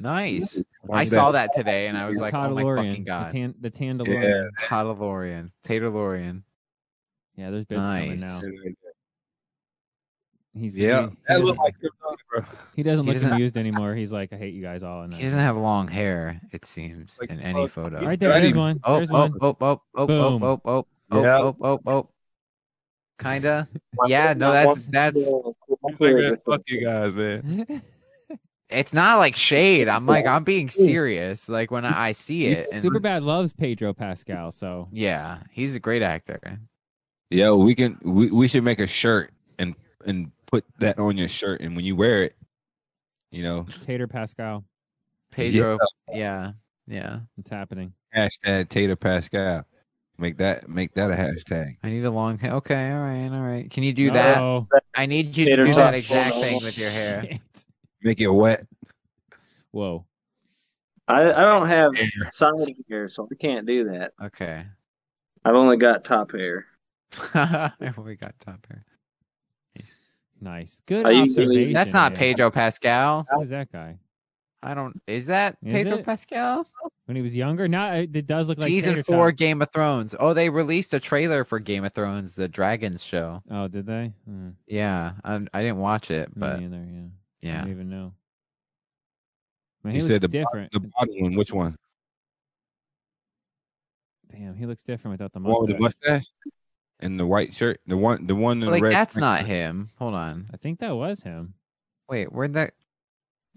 Nice. Why I that? saw that today, and I was The like, oh my Toddalorian, fucking god. The, tan- the Tandalorian. Yeah. Toddalorian. Taterlorian. Yeah, there's bits coming Nice. now. He's Yeah, he, that he looked doesn't, like Krypton, bro. he doesn't He look doesn't- amused anymore. He's like, I hate you guys all. And He that's doesn't it. have long hair, it seems, in uh, any photo. Right there, there's one. Oh, There's oh, one. oh, oh, oh, oh, Boom. oh, oh, oh, Yeah. oh, oh, oh. Kinda. Yeah, no, that's that's. He's like, man, fuck you guys, man. oh. It's not like shade. I'm like I'm being serious. Like when I I see it, and Super bad loves Pedro Pascal, so yeah, he's a great actor. Yo, we can we, we should make a shirt and and put that on your shirt and when you wear it, you know, Tater Pascal, Pedro, yeah, yeah. it's happening. hashtag Tater Pascal. Make that make that a hashtag. I need a long hair. Okay, all right, all right. Can you do No. that? I need you to Tater do that tots. exact thing with your hair. Make it wet. Whoa. I, I don't have side hair, so I can't do that. Okay. I've only got top hair. we got top hair. Nice. Good I usually- observation. That's not Ian. Pedro Pascal. Who's that guy? I don't. Is that Is Pedro it? Pascal? When he was younger? Now it it does look like Season Tater four, Tot. Game of Thrones. Oh, they released a trailer for Game of Thrones, the Dragons show. Oh, did they? Mm, Yeah, I, I didn't watch it, but me neither. Yeah. I yeah, don't even know. Man, he You looks said the, bo- different. the bottom one, which one? Damn, he looks different without the The one with mustache. the mustache and the white shirt. The one the one in like the red. that's not him. Hold on. I think that was him. Wait, where'd that?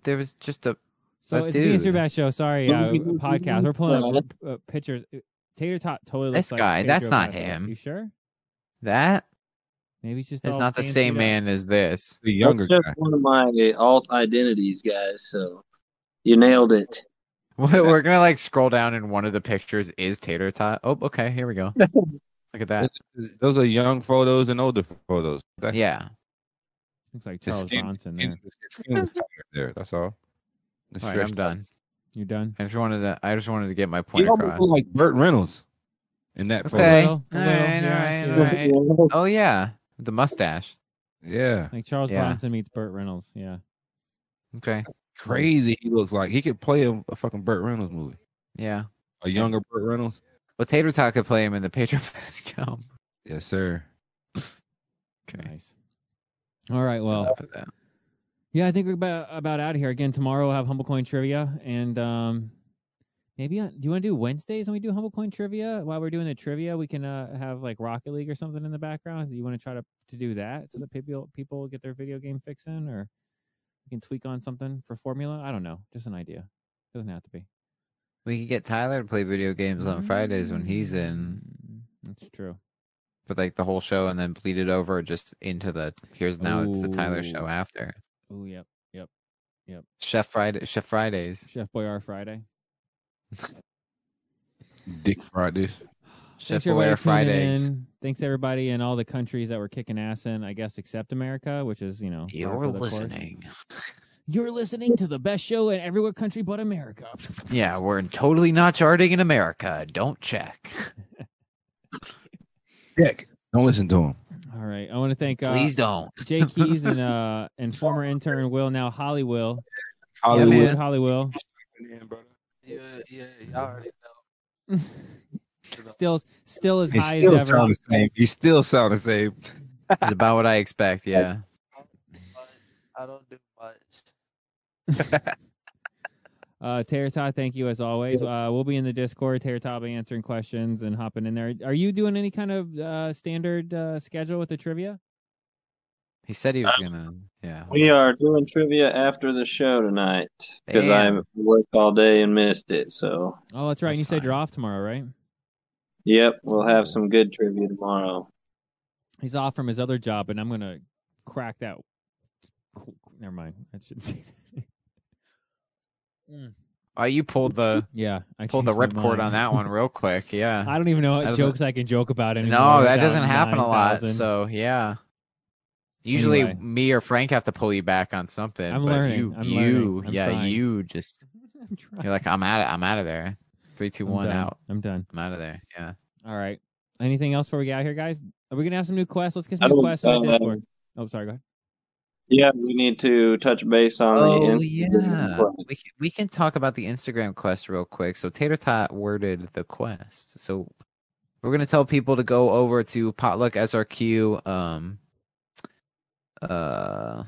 There was just a. So a it's the dude. Mr. Bass show. Sorry, uh, podcast. We're pulling up uh, pictures. Tater Tot totally looks This like guy, that's Pedro not Pascal. him. You sure? That Maybe it's just is all not the fancied same up. man as this. The younger That's guy. just one of my uh, alt identities, guys. So you nailed it. We're gonna like scroll down, and one of the pictures is Tater Tot. Oh, okay, here we go. Look at that. Those- Those are young photos and older photos. That's Yeah. Looks like the Oh, Charles skin- Bronson. skin- There. the skin was tighter there. That's all. The All right, stretch- I'm done. You're done. I just wanted to. I just wanted to get my He point almost across. looked like Burt Reynolds in that photo. Okay. A All little, a little. right, all Yeah, I right, see all that. right. Oh yeah, the mustache. Yeah, Like Charles Yeah. Bronson meets Burt Reynolds. Yeah. Okay. crazy. He looks like he could play a, a fucking Burt Reynolds movie. Yeah. A younger Burt Reynolds. Well, Tater Tot could play him in the Pedro Pascal. Yes, sir. Okay. Nice. All right. that's Well, enough of that. yeah, I think we're about, about out of here. Again, tomorrow we'll have Humble Coin Trivia. And um, maybe, on, do you want to do Wednesdays when we do Humble Coin Trivia? While we're doing the trivia, we can uh, have like Rocket League or something in the background. Do you want to try to, to do that so that people, people get their video game fix in? Or we can tweak on something for formula? I don't know. Just an idea. Doesn't have to be. we could get Tyler to play video games on Fridays when he's in Mm, That's true. for like the whole show, and then bleed it over just into the. Here's now it's the Tyler show Ooh. after Oh, yep. Yep. Chef Friday. Chef Fridays. Chef Boyar Friday. Dick Fridays. Chef Thanks, everybody, Boyar for tuning Fridays. in. Thanks everybody in all the countries that were kicking ass in, I guess, except America, which is you know. par You're for the course. listening. You're listening to the best show in every country but America. Yeah, we're totally not charting in America. Don't check. Dick. Don't listen to him. all right, I want to thank uh, Please don't. Jay Keys and uh and former intern Will now Holly Will Yeah, Hollywood. man. Holly Will Yeah, yeah, y'all already know. still still as He high still as ever. sound the same. He still sound the same. It's about what I expect. Yeah. I don't do much. Uh, Tater Tot, thank you as always. Uh, we'll be in the Discord. Tater Tot will be answering questions and hopping in there. Are you doing any kind of uh standard uh schedule with the trivia? He said he was gonna. Yeah. We are doing trivia after the show tonight because Damn. I worked all day and missed it. So, Oh, that's right. and you That's said fine. you're off tomorrow, right? yep, we'll have some good trivia tomorrow. he's off from his other job, and I'm gonna crack that. qu- qu- Never mind. I should say. that. Oh, you pulled the yeah, I pulled the changed my ripcord mind. on that one real quick. Yeah. I don't even know That what was a- jokes I can joke about anymore. No, that without doesn't happen a lot. 9,000. So yeah. Usually Anyway. me or Frank have to pull you back on something. I'm but learning, You, I'm you, learning, I'm yeah, trying. you just I'm trying. you're like I'm out. of I'm out of there. Three, two, I'm one, done. out. I'm done. I'm out of there. Yeah. All right. Anything else before we get out here, guys? Are we gonna have some new quests? Let's get I some new don't- quests on the uh, Discord. Oh, sorry. Go ahead. Yeah, we need to touch base on the. Oh Instagram yeah, question. we can, we can talk about the Instagram quest real quick. So Tater Tot worded the quest. So we're gonna tell people to go over to Potluck SRQ. Um, uh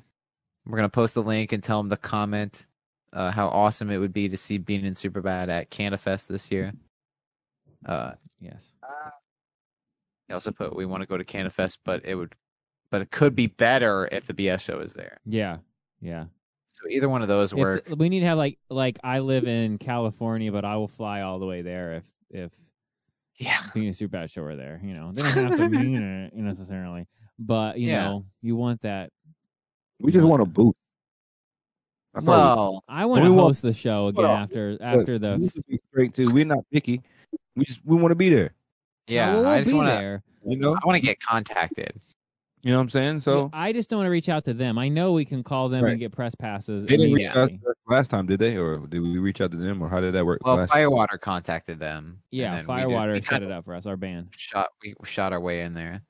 we're gonna post the link and tell them to comment uh how awesome it would be to see Bean and Superbad at CannaFest this year. Uh Yes. they also put we want to go to CannaFest, but it would but it could be better if the BS show is there. Yeah. Yeah. So either one of those If work. th- we need to have like like I live in California, but I will fly all the way there if if yeah, being a super bad show were there. You know, they don't have to mean it necessarily, but you Yeah. know, you want that. We just want a boot. That's all we- Well, I want to we want- host the show again Well, after Look, after the we should be straight too. We're not picky. We just we want to be there. yeah, we'll I just be want to there. You know. I want to get contacted. You know what I'm saying? So I just don't want to reach out to them. I know we can call them Right. and get press passes. they didn't reach out immediately. to us last time, did they? Or did we reach out to them? Or how did that work? Well, last Firewater contacted them. and Yeah, then we did- we Firewater set kinda it up for us, our band. Shot we shot our way in there.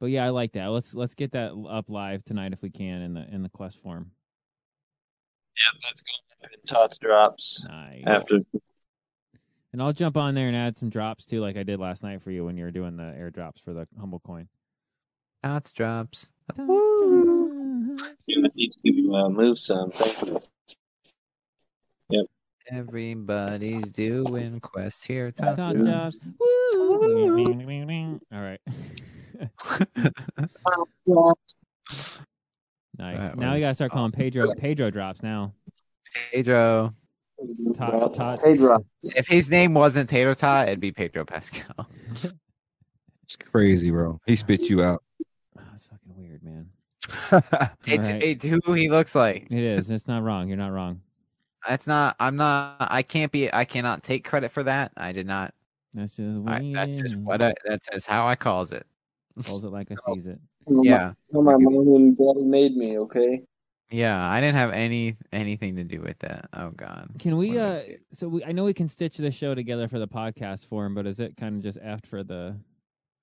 But yeah, I like that. Let's let's get that up live tonight if we can in the in the quest form. that's going to Tots drops Nice. after. And I'll jump on there and add some drops too, like I did last night for you when you were doing the airdrops for the humble coin. Dots drops. Timothy to uh, move some. Thank you. Everybody's doing quests here. Tots Dots drops. drops. Woo! All right. nice. That now was we gotta start calling Pedro Pedro drops now. Pedro. Tot, tot. If his name wasn't Tato Tot, it'd be Pedro Pascal. It's crazy, bro. He spit you out. Ah, Oh, that's fucking weird, man. It's Alright. it's who he looks like. It is. It's not wrong. You're not wrong. That's not. I'm not. I can't be. I cannot take credit for that. I did not. That's just I, that's just weird. what. I, that's just how I calls it. Calls it like I sees it. Yeah, No, my mom and dad made me. Okay. yeah. I didn't have any anything to do with that. Oh God. Can we? What am I uh So we, I know we can stitch the show together for the podcast form, but is it kind of just effed for the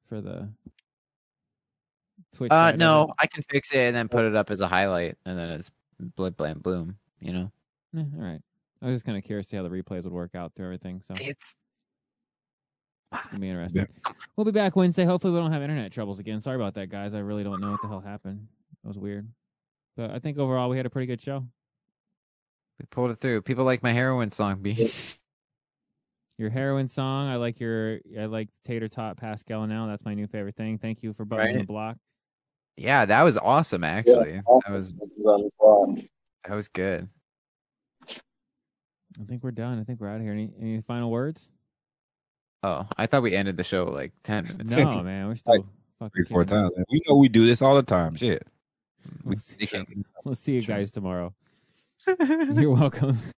for the Twitch? Uh, side of no, I can fix it and then put it up as a highlight, and then it's blip, blam, bloom. You know, it? Eh, all right. I was just kind of curious to see how the replays would work out through everything. So it's it's gonna be interesting. We'll be back Wednesday. Hopefully, we don't have internet troubles again. Sorry about that, guys. I really don't know what the hell happened. That was weird. But I think overall we had a pretty good show. we pulled it through. People like my heroin song. Be Your heroin song, I like your, I like Tater Tot Pascal now. That's my new favorite thing. Thank you for bumping Right. the block. yeah, that was awesome. Actually, that was was. that was good. I think we're done. I think we're out of here. Any, any final words? Oh, I thought we ended the show at, like ten minutes. ago. No, man. We're still Three, fucking four killing it. times. We know we do this all the time. Shit. We'll see, It can't- we'll see you guys tomorrow. You're welcome.